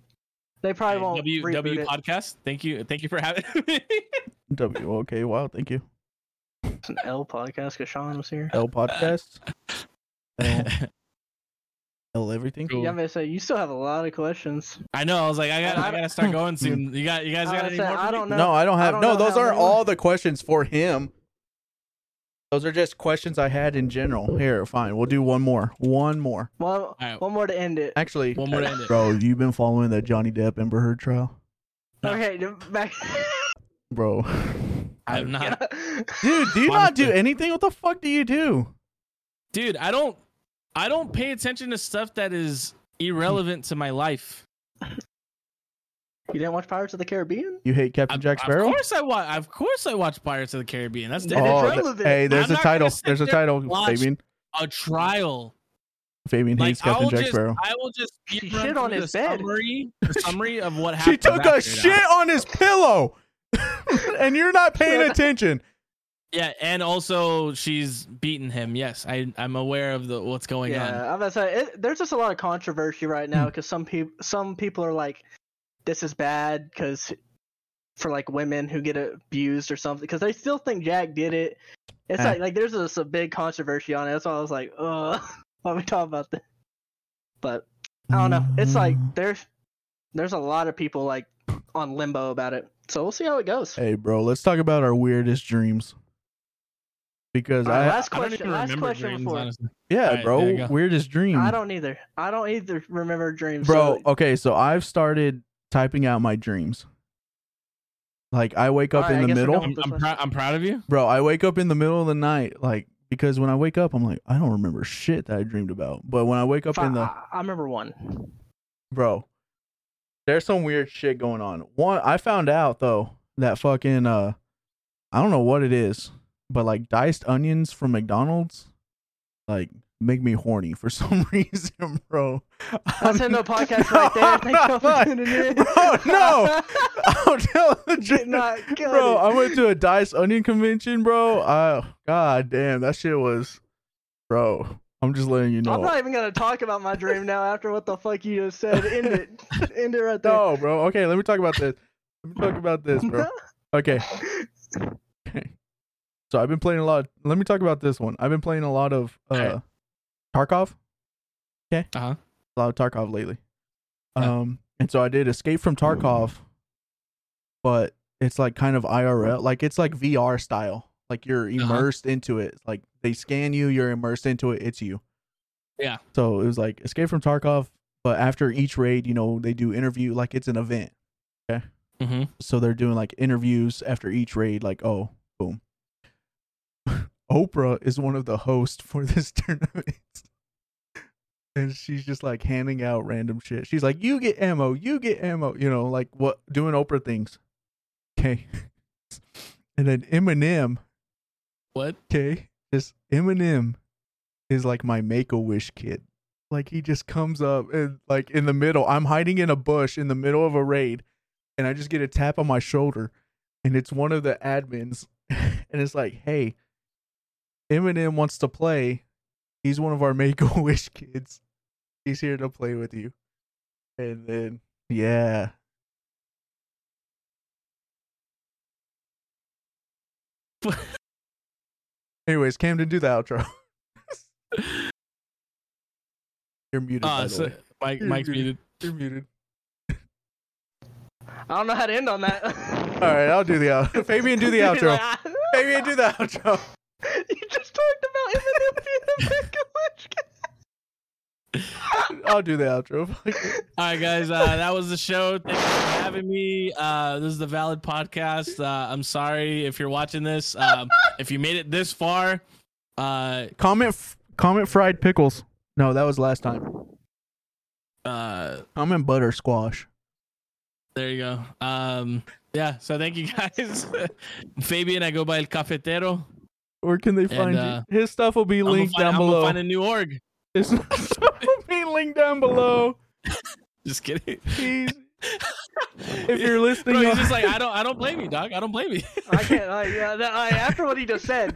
Speaker 3: They probably
Speaker 2: Uh, Hey,
Speaker 3: won't
Speaker 2: W
Speaker 3: reboot
Speaker 2: W
Speaker 3: it.
Speaker 2: podcast. Thank you, thank you for having me.
Speaker 1: W. Okay. Wow. Thank you.
Speaker 3: It's an L podcast because Sean was here.
Speaker 1: L podcast. L, L everything.
Speaker 2: Cool.
Speaker 3: Yeah, I'm gonna say you still have a lot of questions.
Speaker 2: I know. I was like, I got, I
Speaker 3: I-
Speaker 2: gotta start going soon. You got, you guys
Speaker 3: I
Speaker 2: got
Speaker 3: was
Speaker 2: any
Speaker 3: saying,
Speaker 2: more?
Speaker 3: I
Speaker 2: for me?
Speaker 3: don't know.
Speaker 1: No, I don't have.
Speaker 3: don't
Speaker 1: no,
Speaker 3: know
Speaker 1: those
Speaker 3: how
Speaker 1: aren't
Speaker 3: many-
Speaker 1: all the questions for him. Those are just questions I had in general. Here, fine. We'll do one more. One more.
Speaker 3: Well,
Speaker 2: All right.
Speaker 3: one more to end it.
Speaker 1: Actually,
Speaker 2: One more to end it.
Speaker 1: bro, you've been following that Johnny Depp Amber Heard trial,
Speaker 2: no.
Speaker 3: Okay, back.
Speaker 1: bro.
Speaker 2: I'm not,
Speaker 1: Dude, do you not do anything? What the fuck do you do?
Speaker 2: dude. I don't, I don't pay attention to stuff that is irrelevant to my life.
Speaker 3: You didn't watch Pirates of the Caribbean?
Speaker 1: You hate
Speaker 2: I-
Speaker 1: Captain Jack
Speaker 2: Of
Speaker 1: Sparrow?
Speaker 2: course I watch. Of course I watch Pirates of the Caribbean. That's
Speaker 3: That is
Speaker 1: Oh,
Speaker 2: different.
Speaker 1: th-
Speaker 3: relevant.
Speaker 1: hey, there's
Speaker 2: I'm
Speaker 1: a
Speaker 2: not
Speaker 1: title.
Speaker 2: gonna sit
Speaker 1: There's a
Speaker 2: there
Speaker 1: title,
Speaker 2: and watch
Speaker 1: Fabian.
Speaker 2: a trial.
Speaker 1: Fabian
Speaker 2: Like
Speaker 1: hates
Speaker 2: I'll
Speaker 1: Captain Jack
Speaker 2: just,
Speaker 1: Sparrow.
Speaker 2: I will just
Speaker 3: She
Speaker 2: speed run
Speaker 3: shit on
Speaker 2: through
Speaker 3: his
Speaker 2: the
Speaker 3: bed.
Speaker 2: Summary, the summary of what
Speaker 1: She
Speaker 2: happened.
Speaker 1: took a
Speaker 2: after
Speaker 1: shit
Speaker 2: that.
Speaker 1: on his pillow,
Speaker 2: Oh
Speaker 1: and you're not paying attention.
Speaker 2: Yeah, and also she's beaten him. Yes, I, I'm aware of the what's going
Speaker 3: yeah,
Speaker 2: on.
Speaker 3: I'm gonna say it, there's just a lot of controversy right now
Speaker 2: Hmm.
Speaker 3: because some people some people are like, this is bad because for like women who get abused or something because they still think Jack did it. It's
Speaker 1: Eh.
Speaker 3: like like there's just a big controversy on it. That's why I was like, uh, why are we talking about this? But I don't know. It's like
Speaker 2: Mm.
Speaker 3: there's there's a lot of people like on limbo about it. So we'll see how it goes.
Speaker 1: Hey, bro, let's talk about our weirdest dreams. Because
Speaker 3: All right,
Speaker 1: I,
Speaker 3: last
Speaker 2: I don't
Speaker 3: question.
Speaker 2: even
Speaker 3: Last
Speaker 2: remember
Speaker 3: question
Speaker 2: dreams,
Speaker 3: before.
Speaker 2: honestly.
Speaker 1: yeah,
Speaker 2: All right, there you
Speaker 1: bro,
Speaker 2: go.
Speaker 1: weirdest dream,
Speaker 3: I don't either. I don't either remember dreams.
Speaker 1: bro.
Speaker 3: so-
Speaker 1: Okay, so I've started typing out my dreams. Like I wake up
Speaker 3: All right,
Speaker 1: in
Speaker 3: I
Speaker 1: the
Speaker 3: guess we're
Speaker 1: middle,
Speaker 3: going-
Speaker 2: I'm, I'm, prou- I'm proud of you.
Speaker 1: bro. I wake up in the middle of the night, like because when I wake up, I'm like, I don't remember shit that I dreamed about. But when I wake up
Speaker 3: Fi-
Speaker 1: in the
Speaker 3: I, I remember one.
Speaker 1: bro. There's some weird shit going on. One, I found out though that fucking uh, I don't know what it is, but like diced onions from McDonald's, like make me horny for some reason, bro.
Speaker 3: That's
Speaker 1: I'm-
Speaker 3: in the podcast right there.
Speaker 1: No, I'm
Speaker 3: Thanks
Speaker 1: not
Speaker 3: for
Speaker 1: lying.
Speaker 3: tuning in.
Speaker 1: Bro, no. I'm telling you,
Speaker 3: Did not cut
Speaker 1: bro.
Speaker 3: it.
Speaker 1: I went to a diced onion convention, bro. I god damn, that shit was, bro. I'm just letting you know.
Speaker 3: I'm not even gonna talk about my dream now after what the fuck you just said. End it. End it right there.
Speaker 1: no, bro. Okay, let me talk about this. Let me talk about this, bro. Okay. So I've been playing a lot. Let me talk about this one. I've been playing a lot of uh
Speaker 2: Alright.
Speaker 1: Tarkov. Okay.
Speaker 2: Uh-huh.
Speaker 1: A lot of Tarkov lately.
Speaker 2: Yeah.
Speaker 1: Um and so I did Escape from Tarkov, but it's like kind of IRL, like it's like VR style. Like you're
Speaker 2: Uh-huh.
Speaker 1: immersed into it. Like they scan you, you're immersed into it, it's you.
Speaker 2: Yeah.
Speaker 1: So it was like Escape from Tarkov, but after each raid, you know, they do interview like it's an event
Speaker 2: Mm-hmm.
Speaker 1: so they're doing like interviews after each raid like oh Boom. Oprah is one of the hosts for this tournament. and she's just like handing out random shit. She's like, "You get ammo, you get ammo," you know, like what doing Oprah things. Okay. and then Eminem,
Speaker 2: What?
Speaker 1: okay, this Eminem is like my Make a Wish kid. Like he just comes up and like in the middle, I'm hiding in a bush in the middle of a raid, and I just get a tap on my shoulder, and it's one of the admins, and it's like, "Hey, Eminem wants to play. He's one of our Make a Wish kids. He's here to play with you." And then, yeah, Anyways, Camden, do the outro. You're muted. by
Speaker 2: Uh,
Speaker 1: the
Speaker 2: so,
Speaker 1: way.
Speaker 2: Mike, Mike's muted.
Speaker 1: Ah, You're muted.
Speaker 3: I don't know how to end on that.
Speaker 1: All right, I'll do the outro. Fabian, do the outro. Fabian, do the outro.
Speaker 3: you just talked about Eminem being a big
Speaker 1: I'll do the outro.
Speaker 2: All right, guys, uh, that was the show. Thank you for having me. Uh, this is the Valid Podcast. Uh, I'm sorry if you're watching this. Um, if you made it this far, uh,
Speaker 1: comment, f- comment fried pickles. No, that was last time.
Speaker 2: uh,
Speaker 1: Comment butter squash.
Speaker 2: there you go. Um, yeah, so thank you guys. Fabian, I go by El Cafetero.
Speaker 1: Where can they find
Speaker 2: uh,
Speaker 1: you? His stuff will be
Speaker 2: I'm gonna
Speaker 1: linked
Speaker 2: find-
Speaker 1: down
Speaker 2: I'm gonna
Speaker 1: below.
Speaker 2: find a new org.
Speaker 1: His stuff will be linked down below.
Speaker 2: Just kidding.
Speaker 1: Please, if you're listening,
Speaker 2: Bro,
Speaker 1: on-
Speaker 2: he's just like I don't. I don't blame you, dog. I don't blame you.
Speaker 3: I can't. I, yeah, that, I, after what he just said,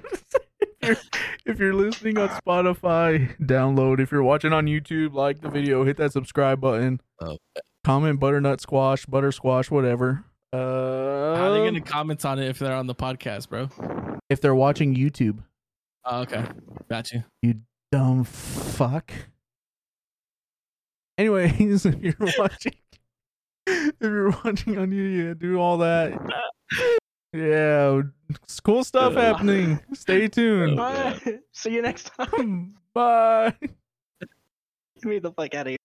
Speaker 1: if you're listening on Spotify, download. If you're watching on YouTube, like the video, hit that subscribe button.
Speaker 2: Oh.
Speaker 1: Comment butternut squash, butter squash, whatever. Uh,
Speaker 2: How are they gonna comment on it if they're on the podcast, bro?
Speaker 1: if they're watching YouTube,
Speaker 2: Oh, okay, got you.
Speaker 1: dumb fuck. Anyways, if you're watching, if you're watching on YouTube, yeah, do all that. Yeah, it's cool stuff
Speaker 2: Uh.
Speaker 1: happening. Stay tuned.
Speaker 2: Oh, yeah.
Speaker 3: Bye. see you next time.
Speaker 1: Bye.
Speaker 3: Get me the fuck out of here.